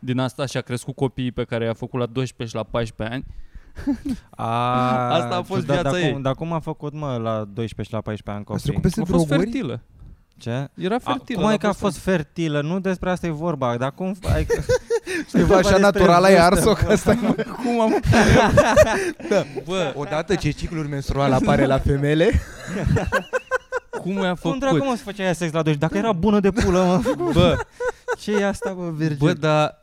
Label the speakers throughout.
Speaker 1: din asta și-a crescut copiii pe care i-a făcut la 12 și la 14 ani.
Speaker 2: A,
Speaker 1: Asta a fost
Speaker 2: ciudat,
Speaker 1: viața
Speaker 2: dar
Speaker 1: ei.
Speaker 2: Cum, dar cum a făcut, mă, la 12 și la 14 ani
Speaker 3: Ați
Speaker 2: copii?
Speaker 3: trecut peste
Speaker 1: a fost
Speaker 3: droguri?
Speaker 1: fertilă.
Speaker 2: Ce?
Speaker 1: Era
Speaker 2: A,
Speaker 1: fertilă.
Speaker 2: cum
Speaker 1: la
Speaker 2: ai că a
Speaker 1: vârsta-
Speaker 2: fost fertilă? Nu despre asta e vorba, dar cum... Ai,
Speaker 3: Ceva așa natural ai ars-o că asta e, mă.
Speaker 2: Cum am...
Speaker 1: Bă,
Speaker 3: Odată ce ciclul menstrual apare la femele,
Speaker 1: cum i-a
Speaker 2: Cum
Speaker 1: făcut?
Speaker 2: dracu mă să făcea ea sex la 12? Dacă era bună de pulă, mă.
Speaker 1: Bă,
Speaker 2: Ce e asta, mă, Virgil?
Speaker 1: bă, dar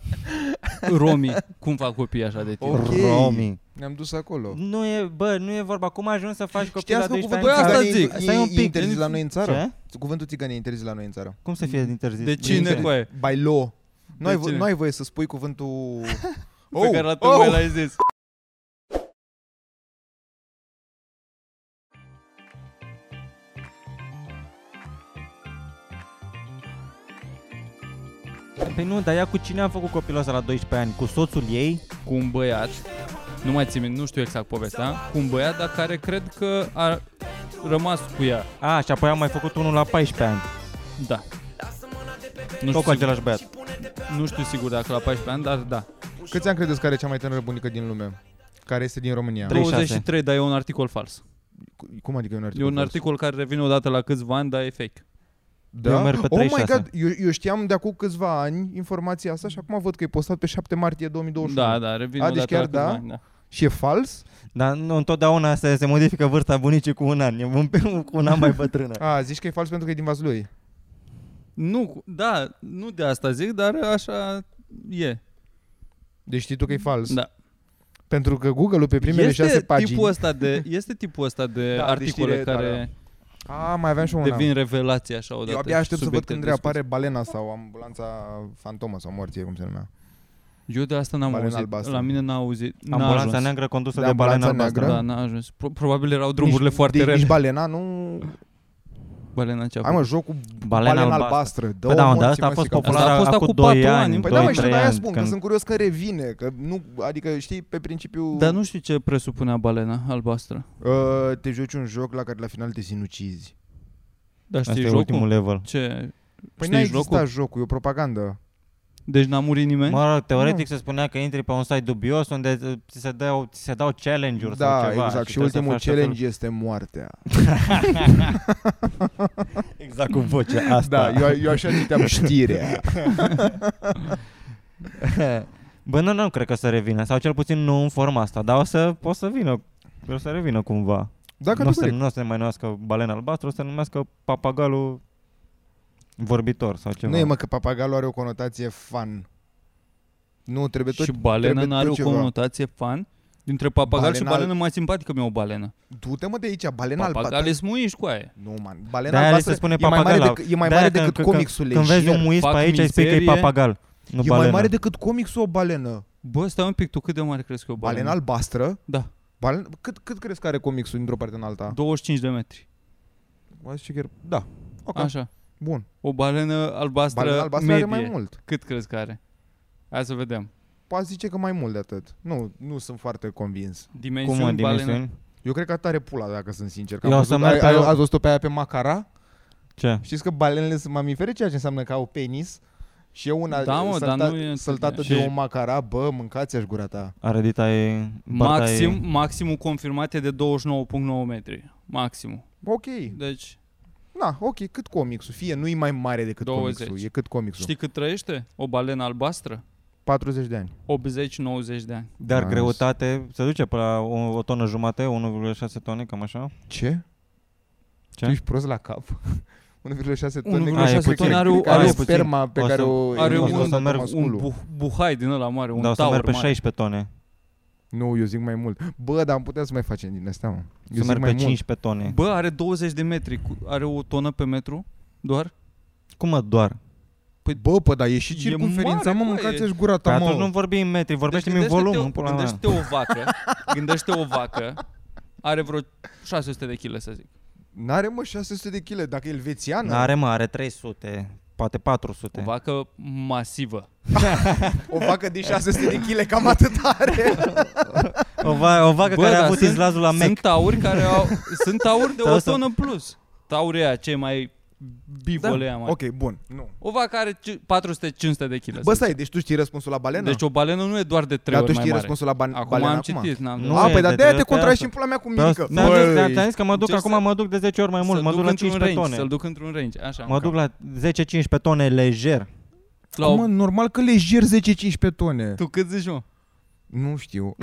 Speaker 1: romii, cum fac copiii așa de tine?
Speaker 3: O- ok.
Speaker 2: Romi.
Speaker 3: ne-am dus acolo.
Speaker 2: Nu e, bă, nu e vorba. Cum ajungi să faci copii la
Speaker 3: Știați că
Speaker 2: 12
Speaker 3: cuvântul
Speaker 2: ani?
Speaker 1: Bă,
Speaker 3: ăsta
Speaker 1: asta
Speaker 3: e,
Speaker 1: zic.
Speaker 3: e, e interzis la noi în țară?
Speaker 2: Ce?
Speaker 3: Cuvântul țigan e interzis la noi în țară.
Speaker 2: Cum să fie interzis?
Speaker 1: De cine
Speaker 3: Interzis.
Speaker 1: cu aia?
Speaker 3: By law. Nu ai,
Speaker 1: De
Speaker 3: vo-
Speaker 1: cine?
Speaker 3: nu ai voie să spui cuvântul... Oh,
Speaker 2: Oh,
Speaker 1: Pe care la tocmai l-ai zis.
Speaker 2: Păi nu, dar ea cu cine a făcut copilul ăsta la 12 ani? Cu soțul ei?
Speaker 1: Cu un băiat, nu mai țin minte, nu știu exact povestea, cu un băiat, dar care cred că a rămas cu ea.
Speaker 2: A, și apoi am mai făcut unul la 14 ani.
Speaker 1: Da. Nu
Speaker 2: Tot
Speaker 1: știu, sigur,
Speaker 2: cu același băiat.
Speaker 1: nu știu sigur dacă la 14 ani, dar da.
Speaker 3: Câți ani credeți că are cea mai tânără bunică din lume? Care este din România?
Speaker 2: 36.
Speaker 1: 23, dar e un articol fals.
Speaker 3: Cu- Cum adică e un
Speaker 1: E
Speaker 3: articol?
Speaker 1: un
Speaker 3: fals?
Speaker 1: articol care revine odată la câțiva ani, dar e fake.
Speaker 3: Da?
Speaker 2: Eu merg pe
Speaker 3: oh my
Speaker 2: 36.
Speaker 3: god, eu, eu știam de acum câțiva ani informația asta și acum văd că e postat pe 7 martie 2021.
Speaker 1: Da, da, revine
Speaker 3: A,
Speaker 1: odată
Speaker 3: deci chiar
Speaker 1: la câțiva
Speaker 3: da?
Speaker 1: ani, da.
Speaker 3: Și e fals?
Speaker 2: Dar nu, întotdeauna se, se modifică vârsta bunicii cu un an. E un, cu un an mai bătrână.
Speaker 3: A, zici că e fals pentru că e din Vaslui.
Speaker 1: Nu, cu- da, nu de asta zic, dar așa e.
Speaker 3: Deci știi tu că e fals.
Speaker 1: Da.
Speaker 3: Pentru că Google-ul pe primele
Speaker 1: este
Speaker 3: șase pagini...
Speaker 1: Tipul ăsta de, este tipul ăsta de
Speaker 3: Da,
Speaker 1: da,
Speaker 3: de
Speaker 1: articole
Speaker 3: știre, da,
Speaker 1: care
Speaker 3: A, mai aveam și
Speaker 1: da,
Speaker 3: una.
Speaker 1: devin revelații așa odată.
Speaker 3: Eu abia aștept să văd
Speaker 1: subiecte
Speaker 3: când
Speaker 1: de
Speaker 3: reapare balena sau ambulanța fantomă sau morție, cum se numea.
Speaker 1: discuție. Eu de asta n-am
Speaker 3: Balena
Speaker 1: auzit.
Speaker 3: albastră.
Speaker 1: La mine n-a auzit. N-a
Speaker 2: Ambulanța
Speaker 1: ajuns.
Speaker 2: neagră condusă
Speaker 3: De
Speaker 2: de, balena
Speaker 3: ambulanța
Speaker 2: albastră.
Speaker 3: neagră?
Speaker 1: Da, n-a ajuns. Pro- Probabil erau drumurile
Speaker 3: nici,
Speaker 1: foarte
Speaker 3: de-
Speaker 1: rele.
Speaker 3: Nici balena nu...
Speaker 1: Balena cea
Speaker 3: Hai mă, jocul
Speaker 2: Balena
Speaker 3: balena, balena
Speaker 2: albastră.
Speaker 3: albastră. Dă
Speaker 2: Păi da, mă, dar asta a fost
Speaker 1: Asta a
Speaker 2: populară
Speaker 1: fost
Speaker 2: acum
Speaker 1: acum
Speaker 2: 2
Speaker 1: patru
Speaker 2: ani,
Speaker 1: ani,
Speaker 3: Da. Păi da, mă, știu,
Speaker 2: 2-3
Speaker 3: dar aia
Speaker 2: ani.
Speaker 3: spun, că
Speaker 2: când-
Speaker 3: sunt curios că revine, că nu, adică știi, pe principiu
Speaker 1: Dar nu știu ce presupunea balena albastră.
Speaker 3: uh, te joci un joc la care la final te sinucizi.
Speaker 1: Dar știi
Speaker 2: Asta e
Speaker 1: jocul?
Speaker 2: ultimul level.
Speaker 1: Ce?
Speaker 3: Păi
Speaker 1: știi
Speaker 3: n-a
Speaker 1: jocul?
Speaker 3: existat jocul, e o propagandă.
Speaker 1: Deci n-a murit nimeni?
Speaker 2: Mă rog, teoretic se spunea că intri pe un site dubios unde uh, ți se dau, ți se dau challenge-uri sau
Speaker 3: da,
Speaker 2: ceva.
Speaker 3: exact, și
Speaker 2: trebuie să
Speaker 3: ultimul
Speaker 2: faci tot felul-
Speaker 3: challenge este moartea.
Speaker 2: Exact cu vocea
Speaker 3: Da, eu, eu așa citeam știrea.
Speaker 2: Bă, nu, nu cred că să revină, sau cel puțin nu în forma asta, dar o să, o să vină, o să revină cumva.
Speaker 3: Da,
Speaker 2: nu, o să,
Speaker 3: categoric.
Speaker 2: nu o să ne mai numească balena albastră, o să ne numească papagalul vorbitor sau ceva.
Speaker 3: Nu e mă că papagalul are o conotație fan. Nu, trebuie tot...
Speaker 1: și balena
Speaker 3: trebuie
Speaker 1: n-are
Speaker 3: tot
Speaker 1: o
Speaker 3: ceva.
Speaker 1: conotație fan? Dintre papagal și
Speaker 3: Balena al-
Speaker 1: balena mai simpatică mi-e o balenă.
Speaker 3: Du-te mă de aici, balena
Speaker 1: Papagal
Speaker 3: albastră.
Speaker 1: e smuiș cu aia.
Speaker 3: Nu, man, balena
Speaker 2: De-aia
Speaker 3: albastră
Speaker 2: se spune
Speaker 3: e mai mare
Speaker 2: papagal,
Speaker 3: decât, e mai
Speaker 2: de-aia
Speaker 3: mare
Speaker 2: Da, că-
Speaker 3: decât
Speaker 2: că- că-
Speaker 3: comicsul
Speaker 2: Când vezi un
Speaker 3: lejer.
Speaker 2: muis
Speaker 1: fac
Speaker 2: pe aici, ai spui că e
Speaker 1: mizerie.
Speaker 2: papagal, nu
Speaker 3: E
Speaker 2: balenă.
Speaker 3: mai mare decât comicsul o balenă.
Speaker 1: Bă, stai un pic, tu cât de mare crezi că e o balenă?
Speaker 3: Balena albastră?
Speaker 1: Da.
Speaker 3: Balen... Cât, cât crezi că are comicsul dintr-o parte în alta?
Speaker 1: 25 de metri.
Speaker 3: Bă, zice chiar- Da. Ok.
Speaker 1: Așa.
Speaker 3: Bun.
Speaker 1: O balenă albastră,
Speaker 3: Balena albastră
Speaker 1: medie.
Speaker 3: are mai mult.
Speaker 1: Cât crezi că are? Hai să vedem.
Speaker 3: Poate zice că mai mult de atât. Nu, nu sunt foarte convins.
Speaker 1: Dimensiuni,
Speaker 2: Cum mă,
Speaker 1: balenă.
Speaker 2: dimensiuni?
Speaker 3: Eu cred că tare pula, dacă sunt sincer. Că
Speaker 2: Eu
Speaker 3: am
Speaker 2: o să
Speaker 3: văzut-
Speaker 2: merg
Speaker 3: ai-
Speaker 2: pe-
Speaker 3: ai- Ați văzut-o pe aia pe Macara?
Speaker 2: Ce?
Speaker 3: Știți că balenele sunt mamifere, ceea ce înseamnă că au penis? Și e una
Speaker 1: Da, mă, dar nu e
Speaker 3: săltată de
Speaker 1: înțeleg.
Speaker 3: o macara, bă, mâncați-aș gura ta.
Speaker 2: Aredita e... Barta e-
Speaker 1: Maxim, maximul confirmat e de 29.9 metri. Maximul.
Speaker 3: Ok,
Speaker 1: Deci,
Speaker 3: na, ok, cât comicsul, fie nu e mai mare decât
Speaker 1: 20.
Speaker 3: comicsul, e cât comicsul.
Speaker 1: știi cât trăiește? O balenă albastră?
Speaker 3: 40 de ani.
Speaker 1: 80-90 de ani.
Speaker 2: Dar
Speaker 3: Nice.
Speaker 2: greutate se duce până la o, o tonă jumate, 1,6 tone, cam așa.
Speaker 3: Ce?
Speaker 2: Ce?
Speaker 3: Tu ești prost la cap? 1,6 tone.
Speaker 1: 1,6
Speaker 2: Ah, e puțin.
Speaker 3: tone
Speaker 1: are, o-
Speaker 2: Cred că
Speaker 3: Are
Speaker 1: are
Speaker 3: o
Speaker 2: e
Speaker 1: o
Speaker 2: puțin.
Speaker 3: sperma pe
Speaker 2: O să-
Speaker 3: care o
Speaker 1: are
Speaker 3: elimini
Speaker 1: un-
Speaker 3: odată
Speaker 2: să merg
Speaker 1: un
Speaker 3: masculul.
Speaker 1: buh, buhai din ăla mare, un
Speaker 2: Dar o să
Speaker 1: taur
Speaker 2: merg pe
Speaker 1: mare.
Speaker 2: 16 tone.
Speaker 3: Nu, eu zic mai mult. Bă, dar am putea să mai facem din astea, mă. Eu
Speaker 2: Să
Speaker 3: zic
Speaker 2: merg
Speaker 3: mai
Speaker 2: pe
Speaker 3: mult.
Speaker 2: 15 tone.
Speaker 1: Bă, are 20 de metri, cu- are o tonă pe metru doar?
Speaker 2: Cum mă doar?
Speaker 3: Bă, pă, dar e și
Speaker 1: E
Speaker 3: circunferința,
Speaker 1: mare,
Speaker 3: mă,
Speaker 1: bă, e-
Speaker 3: mâncați-aș gura
Speaker 2: Păi
Speaker 3: ta,
Speaker 2: atunci nu
Speaker 3: mă.
Speaker 2: vorbi în metri, vorbește-mi în
Speaker 1: Deci gândește-te
Speaker 2: volum.
Speaker 1: o-
Speaker 2: în pula mea.
Speaker 1: Gândește-te o vacă, gândește o vacă, are vreo 600 de kg, să zic.
Speaker 3: N-are, mă, 600 de kg, dacă e
Speaker 1: deci,
Speaker 3: elvețiană.
Speaker 2: N-are mă, are 300, poate 400.
Speaker 3: Da.
Speaker 1: O vacă masivă.
Speaker 3: O vacă de 600 de kg, cam atât are.
Speaker 2: O, va, o vacă
Speaker 1: Bă,
Speaker 2: care a
Speaker 1: dar
Speaker 2: avut
Speaker 1: sunt-
Speaker 2: izlazul la Mac.
Speaker 1: Sunt tauri care au sunt tauri de
Speaker 2: Sau
Speaker 1: o
Speaker 2: să-
Speaker 1: tonă plus. Taurii aia cei mai bibolea, mă.
Speaker 3: Da. Ok, bun. Nu.
Speaker 1: O vacă are ci- 400-500 de kg.
Speaker 3: Bă, stai, deci tu știi răspunsul la balenă?
Speaker 1: Deci o balenă nu e doar de 3
Speaker 3: Dar tu
Speaker 1: ori
Speaker 3: știi
Speaker 1: mai mare.
Speaker 3: răspunsul la ban-
Speaker 1: Acum
Speaker 3: balenă
Speaker 1: am
Speaker 3: acum?
Speaker 1: citit, n-am
Speaker 2: Nu
Speaker 1: nu,
Speaker 3: A,
Speaker 2: e,
Speaker 3: păi, dar
Speaker 2: de
Speaker 3: de-aia
Speaker 2: trei
Speaker 3: te
Speaker 2: ori
Speaker 3: contrai
Speaker 2: asta.
Speaker 3: și în pula mea cu
Speaker 2: Pe
Speaker 3: minică.
Speaker 2: asta- Ți-am zis,
Speaker 3: Băi.
Speaker 2: ți-am zis că mă duc
Speaker 1: Încerc
Speaker 2: acum,
Speaker 1: să-
Speaker 2: mă duc de 10 ori mai mult, mă duc la 15
Speaker 1: range,
Speaker 2: tone.
Speaker 1: Să-l duc într-un range, așa.
Speaker 2: Mă duc la 10-15 tone lejer.
Speaker 1: la
Speaker 3: Mă, normal că lejer 10-15 tone.
Speaker 1: Tu cât zici, mă?
Speaker 3: Nu știu.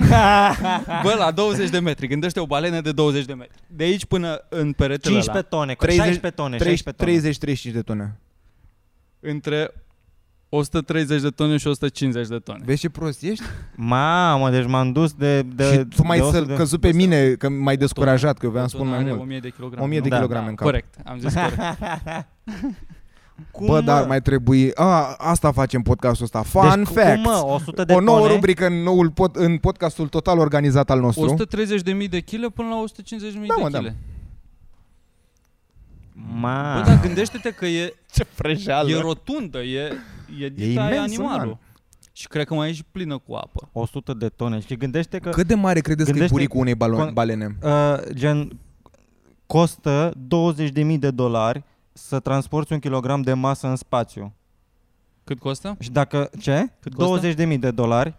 Speaker 1: Bă, la 20 de metri. Gândește o balenă de 20 de metri. De aici până în peretele
Speaker 2: 15
Speaker 1: ăla.
Speaker 2: tone,
Speaker 3: 30
Speaker 2: 16 tone, 16 tone.
Speaker 3: 30-35 de tone.
Speaker 1: Între 130 de tone și 150 de tone.
Speaker 3: Vezi ce prost ești?
Speaker 2: Mamă, deci m-am dus de... de
Speaker 3: și tu mai
Speaker 2: de 100
Speaker 3: să-l
Speaker 2: de-
Speaker 3: căzu pe mine, că m-ai descurajat, că eu vreau să spun
Speaker 1: Tonă
Speaker 3: mai
Speaker 1: are
Speaker 3: mult.
Speaker 1: 1000 de kilograme.
Speaker 3: 1000 de
Speaker 1: nu?
Speaker 3: kilograme
Speaker 1: Da,
Speaker 3: în cap.
Speaker 1: Corect, am zis corect.
Speaker 2: Cum,
Speaker 3: Bă, dar
Speaker 2: mă?
Speaker 3: mai trebuie... A, asta facem podcastul ăsta. Fun
Speaker 2: deci, cu-
Speaker 3: fact.
Speaker 2: Cum, mă, 100 de
Speaker 3: o nouă
Speaker 2: tone?
Speaker 3: rubrică în, noul pod, în podcastul total organizat al nostru.
Speaker 1: 130.000 de kg până la 150.000
Speaker 3: Da,
Speaker 1: de
Speaker 3: mă,
Speaker 1: kg.
Speaker 3: da.
Speaker 1: Bă,
Speaker 2: Ma.
Speaker 1: dar gândește-te că e,
Speaker 3: Ce
Speaker 1: e
Speaker 3: frejeală.
Speaker 1: rotundă, e, e dita e,
Speaker 3: imensă,
Speaker 1: animalul.
Speaker 3: man.
Speaker 1: Și cred că mai e și plină cu apă.
Speaker 2: 100 de tone. Și gândește că
Speaker 3: Cât de mare credeți că e
Speaker 2: Gândește-
Speaker 3: buricul unei balo-
Speaker 2: Con-
Speaker 3: balene?
Speaker 2: uh, gen costă 20.000 de dolari să transporti un kilogram de masă în spațiu.
Speaker 1: Cât costă?
Speaker 2: Și dacă ce?
Speaker 1: Cât costă?
Speaker 2: 20.000 de dolari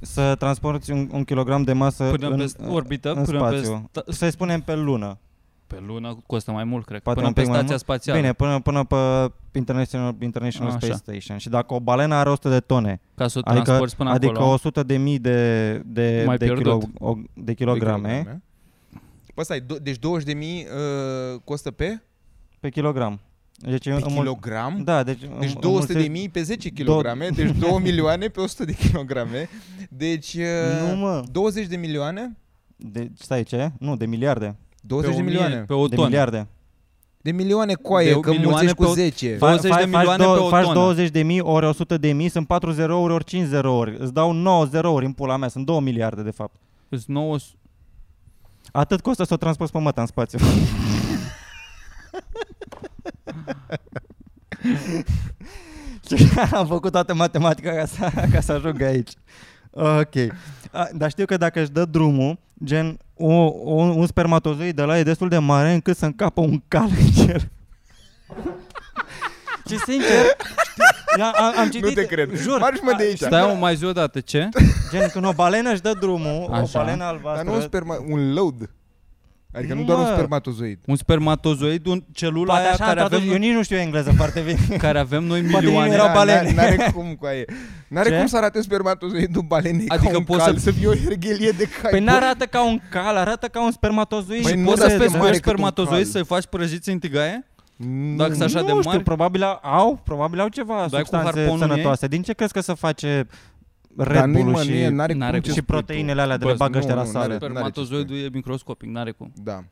Speaker 2: să transporti un, un kilogram de masă
Speaker 1: Până
Speaker 2: în,
Speaker 1: pe orbită,
Speaker 2: în
Speaker 1: până
Speaker 2: spațiu.
Speaker 1: pe, sta-
Speaker 2: Să-i spunem pe lună.
Speaker 1: pe lună costă mai mult, cred.
Speaker 2: Poate
Speaker 1: până
Speaker 2: un
Speaker 1: pe
Speaker 2: pic mai
Speaker 1: stația
Speaker 2: mult.
Speaker 1: spațială.
Speaker 2: Bine, până, până pe International, International
Speaker 1: Da. Așa.
Speaker 2: Space Station. Și dacă o balenă are 100 de tone,
Speaker 1: Ca să o
Speaker 2: adică,
Speaker 1: transporti până
Speaker 2: adică
Speaker 1: acolo.
Speaker 2: 100 de mii de, de,
Speaker 1: Mai
Speaker 2: de, kilo,
Speaker 1: pierdut.
Speaker 2: o, de kilograme
Speaker 3: Păi stai, do- deci 20 de mii uh, costă pe,
Speaker 2: pe kilogram. Deci
Speaker 3: pe
Speaker 2: înmul-
Speaker 3: kilogram?
Speaker 2: Da, deci,
Speaker 3: Deci
Speaker 2: înmulțești-
Speaker 3: 200 de mii pe 10 kilograme, deci 2 milioane pe 100 de kilograme. Deci uh,
Speaker 2: Nu, mă.
Speaker 3: 20 de milioane?
Speaker 2: De, stai ce? Nu, de miliarde.
Speaker 3: 20
Speaker 1: pe
Speaker 3: de
Speaker 1: o mie-
Speaker 3: milioane.
Speaker 1: Pe o
Speaker 2: de
Speaker 1: tonă.
Speaker 2: miliarde.
Speaker 3: De milioane coaie,
Speaker 1: De
Speaker 3: că
Speaker 1: milioane
Speaker 3: mulțești cu
Speaker 1: pe o-
Speaker 3: 10.
Speaker 1: Fa- 20 de
Speaker 2: Faci-
Speaker 1: milioane
Speaker 2: faci,
Speaker 1: pe o
Speaker 2: faci
Speaker 1: tonă.
Speaker 2: 20 de mii ori 100 de mii, sunt 4 zerouri ori 5 zerouri. Îți dau 9 zerouri în pula mea, sunt 2 miliarde de fapt.
Speaker 1: Sunt 9...
Speaker 2: Atât costă să o transporti pe măta în spațiu. Am făcut toată matematica ca să, ca să ajung aici. Ok. A, dar știu că dacă își dă drumul, gen o, o, un spermatozoid de la e destul de mare încât să încapă un cal în el. Și sincer, știu, am, am citit,
Speaker 3: Nu te cred.
Speaker 2: Jur,
Speaker 3: Marci mă de aici.
Speaker 1: Stai, mă, mai zi o dată, ce?
Speaker 2: gen când o balenă își dă drumul, o
Speaker 1: Așa.
Speaker 2: balenă
Speaker 3: Dar
Speaker 2: albastră,
Speaker 3: nu un, sperma- un load. Adică nu,
Speaker 2: Nu,
Speaker 3: doar un
Speaker 2: mă.
Speaker 3: spermatozoid.
Speaker 1: Un spermatozoid, un celula
Speaker 2: Poate
Speaker 1: aia
Speaker 2: așa am
Speaker 1: care
Speaker 2: tradus,
Speaker 1: avem,
Speaker 2: eu nici nu știu engleză foarte bine.
Speaker 1: care avem noi
Speaker 2: Poate
Speaker 1: milioane.
Speaker 2: ei erau
Speaker 3: Da,
Speaker 2: balene.
Speaker 3: n- N-are cum cu aia. N-are
Speaker 2: Ce?
Speaker 3: cum să arate spermatozoidul balenei adică
Speaker 1: Adică
Speaker 3: ca un
Speaker 1: poți
Speaker 3: cal,
Speaker 1: să-
Speaker 3: să... fie o herghelie de cai.
Speaker 2: Păi n-arată ca un cal, arată ca un spermatozoid.
Speaker 3: Păi
Speaker 2: Și
Speaker 3: nu,
Speaker 2: poți
Speaker 1: Poți
Speaker 3: dar
Speaker 1: să
Speaker 2: să
Speaker 3: pe
Speaker 1: pescuiești
Speaker 3: mare
Speaker 1: un
Speaker 3: cât un
Speaker 1: spermatozoid
Speaker 3: cal.
Speaker 1: să-i faci prăjiți în tigaie?
Speaker 3: Nu.
Speaker 1: Dacă s-a- așa
Speaker 2: nu
Speaker 1: de
Speaker 2: știu,
Speaker 1: mari?
Speaker 2: probabil au- au, probabil au ceva
Speaker 1: cu
Speaker 2: substanțe
Speaker 1: harponul în ei?
Speaker 2: sănătoase. Din ce crezi că se face
Speaker 3: Dar
Speaker 2: Red
Speaker 3: nu,
Speaker 2: Bull
Speaker 3: mă, nu e,
Speaker 2: și,
Speaker 3: n-are,
Speaker 1: n-are cum.
Speaker 3: cum
Speaker 2: și
Speaker 3: ce spui tu.
Speaker 2: proteinele alea de
Speaker 1: Bă,
Speaker 2: le bagă ăștia
Speaker 3: nu,
Speaker 2: la
Speaker 3: nu,
Speaker 2: sare?
Speaker 3: n-are
Speaker 1: Spermatozoidul e microscopic, n-are cum.
Speaker 3: Da.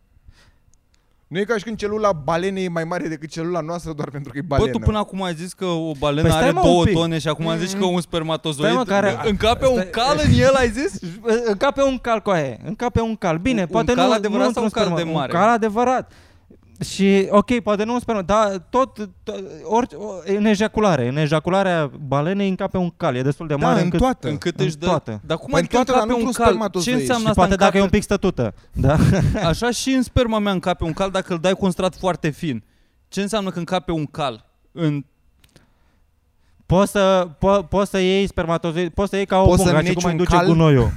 Speaker 3: Nu e ca și când celula balenei e mai mare decât celula noastră doar pentru că e
Speaker 1: Bă,
Speaker 3: balenă.
Speaker 1: tu până acum ai zis că o balenă
Speaker 2: Păi stai,
Speaker 1: are
Speaker 2: mă, un
Speaker 1: două
Speaker 2: pic.
Speaker 1: tone și acum zici că un spermatozoid
Speaker 2: Stai, mă, care-
Speaker 1: încape un
Speaker 2: Stai-
Speaker 1: cal în el, ai zis?
Speaker 2: Încape un cal cu aia, încape un cal. Bine,
Speaker 1: Un- un
Speaker 2: poate
Speaker 1: cal
Speaker 2: nu
Speaker 1: adevărat
Speaker 2: nu
Speaker 1: sau
Speaker 2: într-un
Speaker 1: un cal
Speaker 2: sperma-
Speaker 1: de mare?
Speaker 2: Un cal adevărat. Și ok, poate nu un sperma, dar tot, tot ori, o- în ejaculare, în ejacularea balenei încape un cal, e destul de
Speaker 3: da,
Speaker 2: mare
Speaker 3: în
Speaker 2: încât
Speaker 3: toată.
Speaker 1: Încât
Speaker 2: În
Speaker 1: își dă...
Speaker 2: toată.
Speaker 1: Dar cum
Speaker 3: Păi
Speaker 1: adică
Speaker 3: în toată, dar
Speaker 1: încape
Speaker 3: nu
Speaker 1: un
Speaker 3: într-un
Speaker 1: cal? Ce
Speaker 3: spermatozoid.
Speaker 1: înseamnă
Speaker 2: Și
Speaker 1: asta?
Speaker 2: poate dacă e un
Speaker 1: încape-
Speaker 2: pic stătută, da?
Speaker 1: Așa și în sperma mea încape un cal dacă îl dai cu un strat foarte fin. Ce înseamnă că încape un cal? În...
Speaker 2: Poți să, po, poți să iei spermatozoid, poți să iei ca o
Speaker 3: Poți să
Speaker 2: pungă, și
Speaker 3: neci
Speaker 2: cum îi
Speaker 3: un
Speaker 2: duce
Speaker 3: cal?
Speaker 2: gunoiul.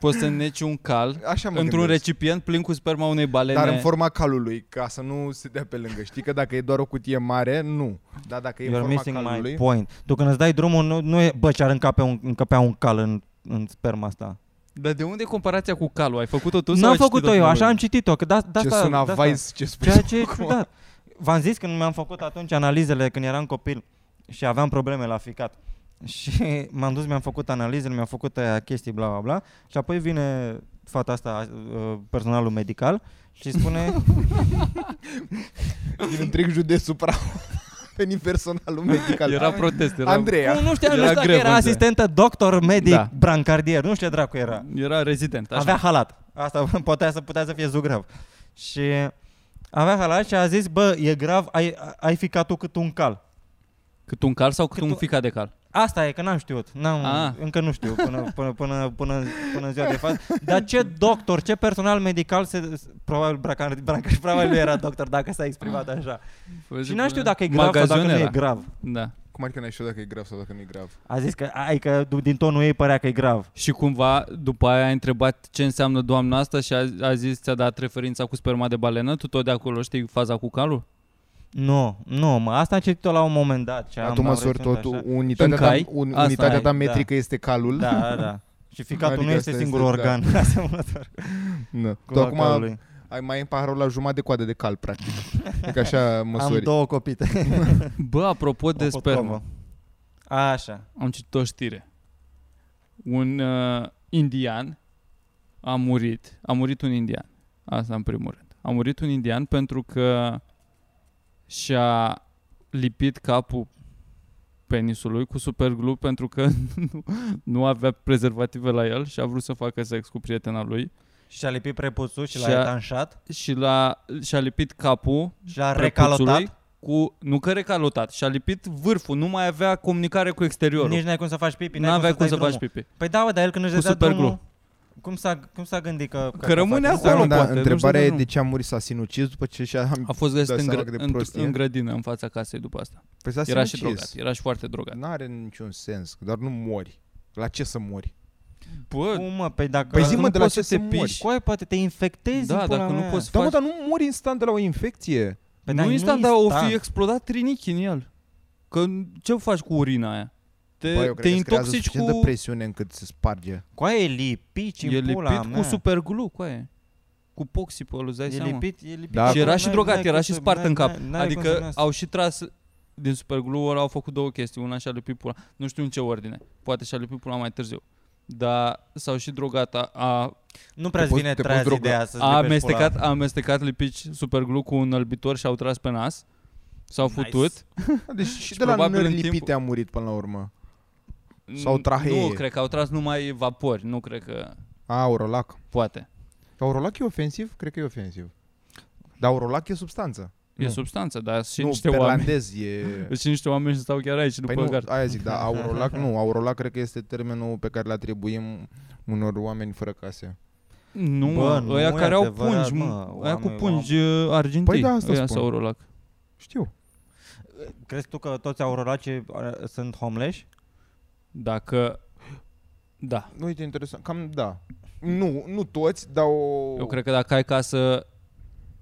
Speaker 1: Poți să neci un cal
Speaker 3: Așa mă
Speaker 1: într-un
Speaker 3: gândesc.
Speaker 1: recipient plin cu sperma unei balene.
Speaker 3: Dar în forma calului, ca să nu se dea pe lângă. Știi că dacă e doar o cutie mare, nu. Dar dacă e în
Speaker 2: You're
Speaker 3: forma
Speaker 2: missing my
Speaker 3: calului...
Speaker 2: point. Tu când îți dai drumul, nu, nu e, bă, ce-ar încapea un, încăpea un cal în, în sperma asta.
Speaker 1: Dar de unde e comparația cu calul? Ai făcut-o tu sau
Speaker 2: N-am
Speaker 1: ai citit-o
Speaker 2: făcut-o eu,
Speaker 1: pe
Speaker 2: așa
Speaker 1: Google?
Speaker 2: am citit-o. Că da, da,
Speaker 3: ce
Speaker 2: asta,
Speaker 3: sună
Speaker 2: da,
Speaker 3: Vice, ce spui
Speaker 2: Ceea ce da. e
Speaker 3: acum.
Speaker 2: ciudat. V-am zis când mi-am făcut atunci analizele când eram copil și aveam probleme la ficat. Și m-am dus, mi-am făcut analizele, mi-am făcut aia chestii, bla, bla, bla. Și apoi vine fata asta, uh, personalul medical, și spune...
Speaker 3: Din întreg județul pra venit personalul medical.
Speaker 1: Era protest, era,
Speaker 3: Andreea.
Speaker 2: Nu, nu știam, nu
Speaker 1: Era
Speaker 2: știam că
Speaker 1: greu,
Speaker 2: era
Speaker 1: bă,
Speaker 2: asistentă doctor, medic,
Speaker 1: Da.
Speaker 2: da. brancardier, nu știu ce dracu era.
Speaker 1: era rezident. Așa.
Speaker 2: Așa. Avea halat. Asta putea să, putea să fie zugrav. Și avea halat și a zis, bă, e grav, ai, ai ficat tu cât un cal.
Speaker 1: Cât un cal sau cât,
Speaker 2: Cât
Speaker 1: un
Speaker 2: o-
Speaker 1: fica de cal?
Speaker 2: Asta e, că n-am știut. N-am,
Speaker 1: Ah.
Speaker 2: încă nu știu până, până, până, până, până în ziua de față. Dar ce doctor, ce personal medical se... Probabil, Bracan, Bracan, probabil nu era doctor dacă s-a exprimat așa. Și n-am știut dacă e grav sau dacă nu e
Speaker 1: Magazionela.
Speaker 2: grav.
Speaker 1: Da.
Speaker 3: Cum adică n-ai știut dacă e grav sau dacă nu e grav?
Speaker 2: A zis că, ai, că du- din tonul ei părea că e grav.
Speaker 1: Și cumva după aia a întrebat ce înseamnă doamna asta și a, a zis ți-a dat referința cu sperma de balenă, tu tot de acolo știi faza cu calul?
Speaker 2: Nu, nu, mă, asta am citit-o la un moment dat. Ce
Speaker 3: Dar
Speaker 2: am,
Speaker 3: tu
Speaker 2: am
Speaker 3: măsori
Speaker 2: reținut
Speaker 3: totul,
Speaker 2: așa.
Speaker 3: unitatea
Speaker 1: În
Speaker 3: ta,
Speaker 1: cai?
Speaker 3: un,
Speaker 1: Asta
Speaker 3: unitatea
Speaker 1: ai,
Speaker 3: ta
Speaker 2: da.
Speaker 3: metrică este calul.
Speaker 2: Da, da, da. Și ficatul
Speaker 3: Adică
Speaker 2: nu este
Speaker 3: asta
Speaker 2: singurul
Speaker 3: este, da.
Speaker 2: organ asemănător
Speaker 3: Da.
Speaker 2: cu
Speaker 3: Tu acum
Speaker 2: calului.
Speaker 3: ai mai în paharul la jumătate de coadă de cal, practic. Adică așa
Speaker 2: Am
Speaker 3: măsori.
Speaker 2: două copite.
Speaker 1: Bă, apropo de spermă,
Speaker 2: Așa.
Speaker 1: am citit o știre. Un uh, indian a murit, a murit un indian, asta în primul rând. A murit un indian pentru că și-a lipit capul penisului cu superglue pentru că nu, nu avea prezervative la el și a vrut să facă sex cu prietena lui
Speaker 2: Și a lipit prepuțul și l-a
Speaker 1: Și a-
Speaker 2: etanșat
Speaker 1: și l-a, și-a lipit capul
Speaker 2: și l-a recalotat.
Speaker 1: prepuțului cu, nu că recalotat, și-a lipit vârful, nu mai avea comunicare cu exteriorul.
Speaker 2: Nici n-ai cum să faci pipi,
Speaker 1: nu aveai cum să
Speaker 2: dai
Speaker 1: faci
Speaker 2: drumul.
Speaker 1: pipi.
Speaker 2: Păi da, bă, dar el când își
Speaker 1: Cu
Speaker 2: dădea
Speaker 1: superglue.
Speaker 2: drumul, cum s-a, cum s-a gândit că...
Speaker 1: Că rămâne
Speaker 2: că
Speaker 1: acolo.
Speaker 2: s-a-
Speaker 3: Da,
Speaker 1: poate, nu știu
Speaker 3: dar întrebarea
Speaker 1: de
Speaker 3: e
Speaker 1: nu.
Speaker 3: de ce a murit s-a sinucis după ce și-a...
Speaker 1: A fost găsit
Speaker 3: Dai
Speaker 1: în,
Speaker 3: Da, seama
Speaker 1: gră-
Speaker 3: cât de
Speaker 1: în,
Speaker 3: prost e?
Speaker 1: în grădină, în fața casei după asta.
Speaker 3: Păi s-a
Speaker 1: Era și drogat, era și foarte drogat.
Speaker 3: N-are niciun sens, dar nu mori. La ce să mori?
Speaker 1: Bă,
Speaker 2: Cum, mă, păi dacă...
Speaker 3: Păi zi,
Speaker 1: nu
Speaker 3: mă, de la
Speaker 1: poți
Speaker 3: ce
Speaker 1: să te
Speaker 3: să mori?
Speaker 1: piși.
Speaker 2: Coai, poate te infectezi
Speaker 1: da,
Speaker 2: pula
Speaker 1: dacă
Speaker 2: mea.
Speaker 1: nu poți să
Speaker 3: Da, mă,
Speaker 1: faci...
Speaker 3: dar nu mori instant de la o infecție.
Speaker 2: Păi
Speaker 1: nu
Speaker 2: da,
Speaker 1: instant, dar o fi explodat trinichi în el. Că ce faci cu urina aia? Te,
Speaker 3: Bă, Păi eu
Speaker 1: te
Speaker 3: cred că îți creează
Speaker 1: intoxici
Speaker 3: suficientă
Speaker 1: cu...
Speaker 3: presiune încât se sparge.
Speaker 2: Coai, e lipit
Speaker 1: E
Speaker 2: în pula
Speaker 1: lipit
Speaker 2: mea.
Speaker 1: cu superglue, cu aia. Cu poxi pe ăla, îți dai
Speaker 2: E
Speaker 1: seama.
Speaker 2: lipit, e lipit.
Speaker 3: Da.
Speaker 2: acolo,
Speaker 1: Și era
Speaker 2: n-ai-
Speaker 1: și drogat,
Speaker 2: n-ai
Speaker 1: era
Speaker 2: cum
Speaker 1: și
Speaker 2: să-
Speaker 1: spart
Speaker 2: n-ai-
Speaker 1: în cap.
Speaker 2: n-ai- n-ai cum să
Speaker 1: Adică
Speaker 2: nasc.
Speaker 1: au și tras din superglue, ori au făcut două chestii, una și-a lipit pula, nu știu în ce ordine, poate și-a lipit pula mai târziu. Dar s-au și drogat, a, a,
Speaker 2: Nu prea
Speaker 3: Te poți-
Speaker 2: vine
Speaker 3: te poți
Speaker 2: treaz
Speaker 3: droga.
Speaker 2: ideea să-ți
Speaker 1: a,
Speaker 2: lipești pula.
Speaker 1: amestecat, a amestecat lipici superglue cu un albitor și au tras pe nas, s-au
Speaker 2: Nice.
Speaker 1: futut.
Speaker 3: Deci și
Speaker 1: Și
Speaker 3: de la
Speaker 1: probabil
Speaker 3: nări
Speaker 1: în timpul-
Speaker 3: lipite a murit până la urmă. Sau
Speaker 1: N-
Speaker 3: trahee.
Speaker 1: Nu, cred că au tras numai vapori, nu cred că
Speaker 3: A, urolac.
Speaker 1: poate.
Speaker 3: Urolac e ofensiv? Cred că e ofensiv. Dar urolac e substanță.
Speaker 1: E
Speaker 2: Nu.
Speaker 1: substanță, dar și
Speaker 3: nu,
Speaker 1: niște oameni.
Speaker 3: perlandez e...
Speaker 1: Și niște oameni și stau chiar aici, după
Speaker 3: Păi nu,
Speaker 1: gard.
Speaker 3: aia zic, dar aurolac nu. Aurolac cred că este termenul pe care le atribuim unor oameni fără case.
Speaker 1: Nu,
Speaker 2: Bă,
Speaker 1: Bă,
Speaker 2: nu
Speaker 1: ăia
Speaker 2: e
Speaker 1: care au
Speaker 2: adevărat,
Speaker 1: pungi,
Speaker 2: mă,
Speaker 1: mă, ăia cu
Speaker 2: oameni-
Speaker 1: pungi uh, argintii,
Speaker 3: Păi da, asta
Speaker 1: ăia
Speaker 3: spun.
Speaker 1: sau rolac.
Speaker 3: Știu.
Speaker 2: Crezi tu că toți auroracii uh, sunt homeleși?
Speaker 1: Dacă... Da.
Speaker 3: Uite, interesant. Cam da. Nu, nu toți, dar o...
Speaker 1: Eu cred că dacă ai casă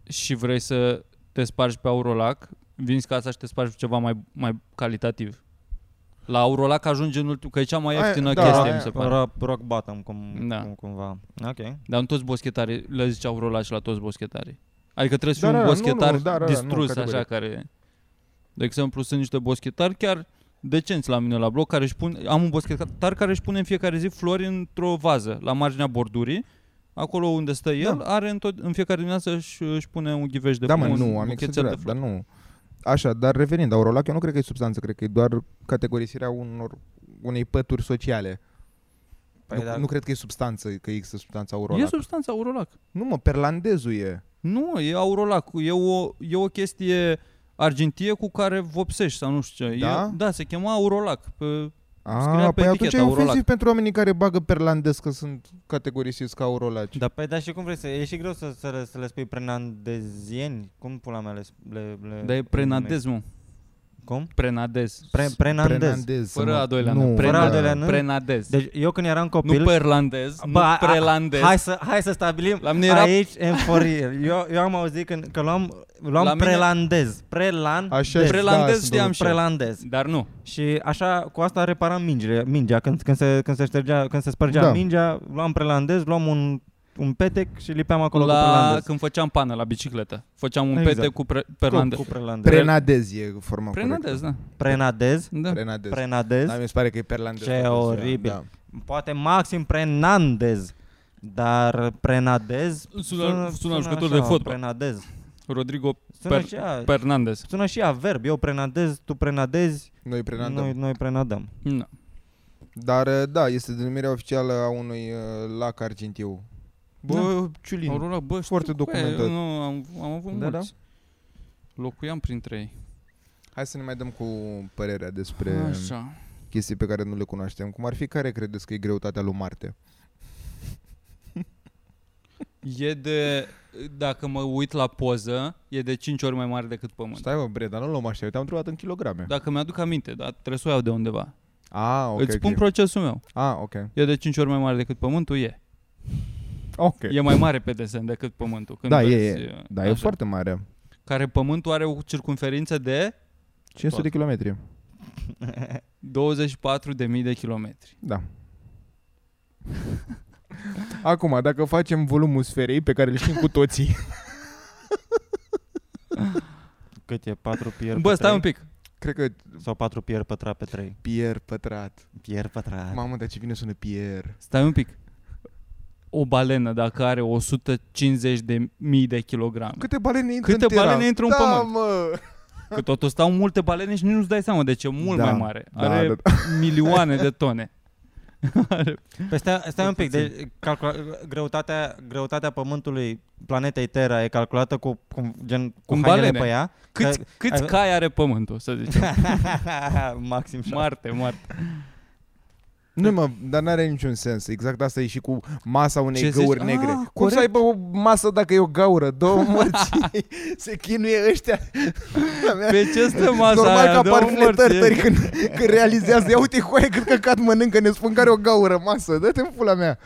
Speaker 1: și vrei să te spargi pe Aurolac, vinzi casa și te spargi cu ceva mai, mai calitativ. La Aurolac ajunge în ultimul, că e cea mai
Speaker 3: Aia-
Speaker 1: ieftină
Speaker 3: da,
Speaker 1: chestie,
Speaker 3: aia-
Speaker 1: mi se pare.
Speaker 2: Ro- rock bottom, cum,
Speaker 1: Da.
Speaker 2: cum, cumva. Ok.
Speaker 1: Dar nu toți boschetarii le zice Aurolac și la toți boschetarii. Adică trebuie să
Speaker 3: Da,
Speaker 1: fii un
Speaker 3: da, da, nu,
Speaker 1: boschetar
Speaker 3: nu, da, da, da, nu,
Speaker 1: distrus,
Speaker 3: categoric.
Speaker 1: așa, care... De exemplu, sunt niște boschetari chiar decenți la mine la bloc, care își pun, am un boschetar care își pune în fiecare zi flori într-o vază, la marginea bordurii, acolo unde stă el,
Speaker 3: Da.
Speaker 1: are în, tot, în fiecare dimineață își, își pune un ghiveș de
Speaker 3: da, mă,
Speaker 1: un,
Speaker 3: nu, am
Speaker 1: un chețel de
Speaker 3: exagerat,
Speaker 1: flori.
Speaker 3: dar nu. Așa, dar revenind, aurolac, eu nu cred că e substanță, cred că e doar categorisirea unor, unei pături sociale.
Speaker 2: Păi
Speaker 3: Păi nu,
Speaker 2: da.
Speaker 3: da. nu cred că e substanță, că există substanța
Speaker 1: E
Speaker 3: aurolac. Sub...
Speaker 1: substanța aurolac.
Speaker 3: Nu, mă, perlandezul e.
Speaker 1: Nu, e aurolac. E o, e o chestie argintie cu care vopsești sau nu știu ce.
Speaker 3: Da?
Speaker 1: E, da, se chema aurolac. Pe, Scria
Speaker 3: A,
Speaker 1: pe
Speaker 3: păi atunci
Speaker 1: etichetă,
Speaker 3: e ofensiv
Speaker 1: aurolac.
Speaker 3: pentru oamenii care bagă perlandez că sunt categorisiți ca aurolaci.
Speaker 2: Da, păi, dar și cum vrei să... E și greu să, să, le- să le spui prenandezieni? Cum pula mea le... le, le
Speaker 1: dar e prenadez, mă.
Speaker 2: Cum?
Speaker 1: Prenadez.
Speaker 2: Pre, prenandez.
Speaker 1: Fără a doilea
Speaker 3: nu,
Speaker 1: nu,
Speaker 3: fără
Speaker 2: al
Speaker 1: Prenadez.
Speaker 2: doilea n.
Speaker 1: Prenadez.
Speaker 2: Deci eu când eram copil...
Speaker 1: nu perlandez,
Speaker 2: Bă, a-
Speaker 1: nu prelandez.
Speaker 2: Hai să, hai să stabilim
Speaker 1: La mine era-
Speaker 2: aici enforie. Eu, eu am auzit când, că luam, luam
Speaker 1: La mine-
Speaker 2: prelandez. Prelan...
Speaker 3: Așa e,
Speaker 1: Prelandez
Speaker 3: da,
Speaker 1: știam și eu.
Speaker 2: Prelandez.
Speaker 1: Dar nu.
Speaker 2: Și așa, cu asta reparam mingile, mingea. Când, când, se, când, se ștergea, când se spărgea
Speaker 3: Da.
Speaker 2: da. mingea, luam prelandez, luam un, un petec și lipeam acolo cu
Speaker 1: La,
Speaker 2: prelandez.
Speaker 1: când făceam pană la bicicletă. Făceam un
Speaker 2: Exact.
Speaker 1: pete cu pre,
Speaker 2: Cu,
Speaker 1: perlandez.
Speaker 2: cu prelandez. Pre-
Speaker 3: Prenadez e forma
Speaker 1: Prenadez, da.
Speaker 2: prenadez.
Speaker 1: da.
Speaker 3: Prenadez.
Speaker 2: Prenadez.
Speaker 3: Da, mi se pare că e perlandez.
Speaker 2: Ce
Speaker 3: totuși, da,
Speaker 2: oribil.
Speaker 3: Da.
Speaker 2: Poate maxim prenandez. Dar prenadez
Speaker 1: Sună- sună jucător de
Speaker 2: așa,
Speaker 1: fotbal.
Speaker 2: Prenadez.
Speaker 1: Rodrigo
Speaker 2: Sună,
Speaker 1: Per-
Speaker 2: și a,
Speaker 1: Fernandez.
Speaker 2: sună și a verb. Eu prenadez, tu prenadezi,
Speaker 3: Noi prenadăm.
Speaker 2: noi, noi prenadăm.
Speaker 1: Nu.
Speaker 3: Dar uh, da, este denumirea oficială a unui uh, lac argintiu. Bă, ciulin.
Speaker 1: Aurora, Da. bă, știu
Speaker 3: Foarte
Speaker 1: cu aia,
Speaker 3: documentat.
Speaker 1: Nu, am, am avut
Speaker 2: Da, da.
Speaker 1: mulți. Locuiam printre ei.
Speaker 3: Hai să ne mai dăm cu părerea despre
Speaker 1: Așa.
Speaker 3: chestii pe care nu le cunoaștem, cum ar fi care credeți că e greutatea lui Marte?
Speaker 1: E de, dacă mă uit la poză, e de 5 ori mai mare decât Pământul.
Speaker 3: Stai mă, bre, dar nu luăm așa, eu te-am întrebat în kilograme.
Speaker 1: Dacă mi-aduc aminte, dar trebuie să o iau de undeva.
Speaker 3: Da. Ah, ok,
Speaker 1: Okay, Îți spun
Speaker 3: ok.
Speaker 1: procesul meu.
Speaker 3: Ah, ok.
Speaker 1: E de 5 ori mai mare decât Pământul? E.
Speaker 3: Ok.
Speaker 1: E mai mare pe desen decât Pământul. Când
Speaker 3: da,
Speaker 1: vezi,
Speaker 3: e, e. Da, e
Speaker 1: așa.
Speaker 3: foarte mare.
Speaker 1: Care Pământul are o circunferință de
Speaker 3: 500 de kilometri.
Speaker 1: 24.000 de kilometri.
Speaker 3: Da. Acum, dacă facem volumul sferei pe care îl știm cu toții,
Speaker 2: Cât e? 4 pieri
Speaker 1: Bă,
Speaker 2: pe
Speaker 1: stai un
Speaker 2: 3?
Speaker 1: pic.
Speaker 3: cred că
Speaker 2: Sau 4 pieri pătrat pe 3?
Speaker 3: Pierre pătrat.
Speaker 2: Pieri pătrat.
Speaker 3: Mamă, dar ce bine sună Pierre.
Speaker 1: Stai un pic. O balenă, dacă are 150 de mii de kilograme. Cât,
Speaker 3: Câte balene intră
Speaker 1: Câte
Speaker 3: în tera?
Speaker 1: balene intră în
Speaker 3: da,
Speaker 1: pământ?
Speaker 3: Mă.
Speaker 1: că totul stau multe balene și nici nu-ți dai seama de ce. Mult
Speaker 3: Da,
Speaker 1: mai mare.
Speaker 3: da,
Speaker 1: Are
Speaker 3: da,
Speaker 1: milioane de tone. Are-
Speaker 2: Păi stai, stai un pic,
Speaker 3: Puțin.
Speaker 2: deci calcula, greutatea, greutatea Pământului, planetei Terra, e calculată cu, cu, gen, cu
Speaker 1: În
Speaker 2: hainele
Speaker 1: balene.
Speaker 2: pe ea?
Speaker 1: câți,
Speaker 2: Ai-
Speaker 1: câți
Speaker 2: ai-
Speaker 1: cai are pământul, să zicem?
Speaker 2: Maxim 7.
Speaker 1: Marte, Marte.
Speaker 3: Nu, mă, dar n-are niciun sens. Exact asta e și cu masa unei
Speaker 1: Ce zici?
Speaker 3: găuri
Speaker 1: Ah,
Speaker 3: negre. Cum
Speaker 1: corect.
Speaker 3: să aibă o masă dacă e o gaură? Două morți se chinuie ăștia.
Speaker 1: Pe ce stă masa
Speaker 3: Normal
Speaker 1: aia?
Speaker 3: că
Speaker 1: Două
Speaker 3: apar
Speaker 1: morți.
Speaker 3: fletări când, când realizează. Ia uite cu aia cât căcat mănâncă, ne spun că are o gaură masă. Dă-te în pula mea.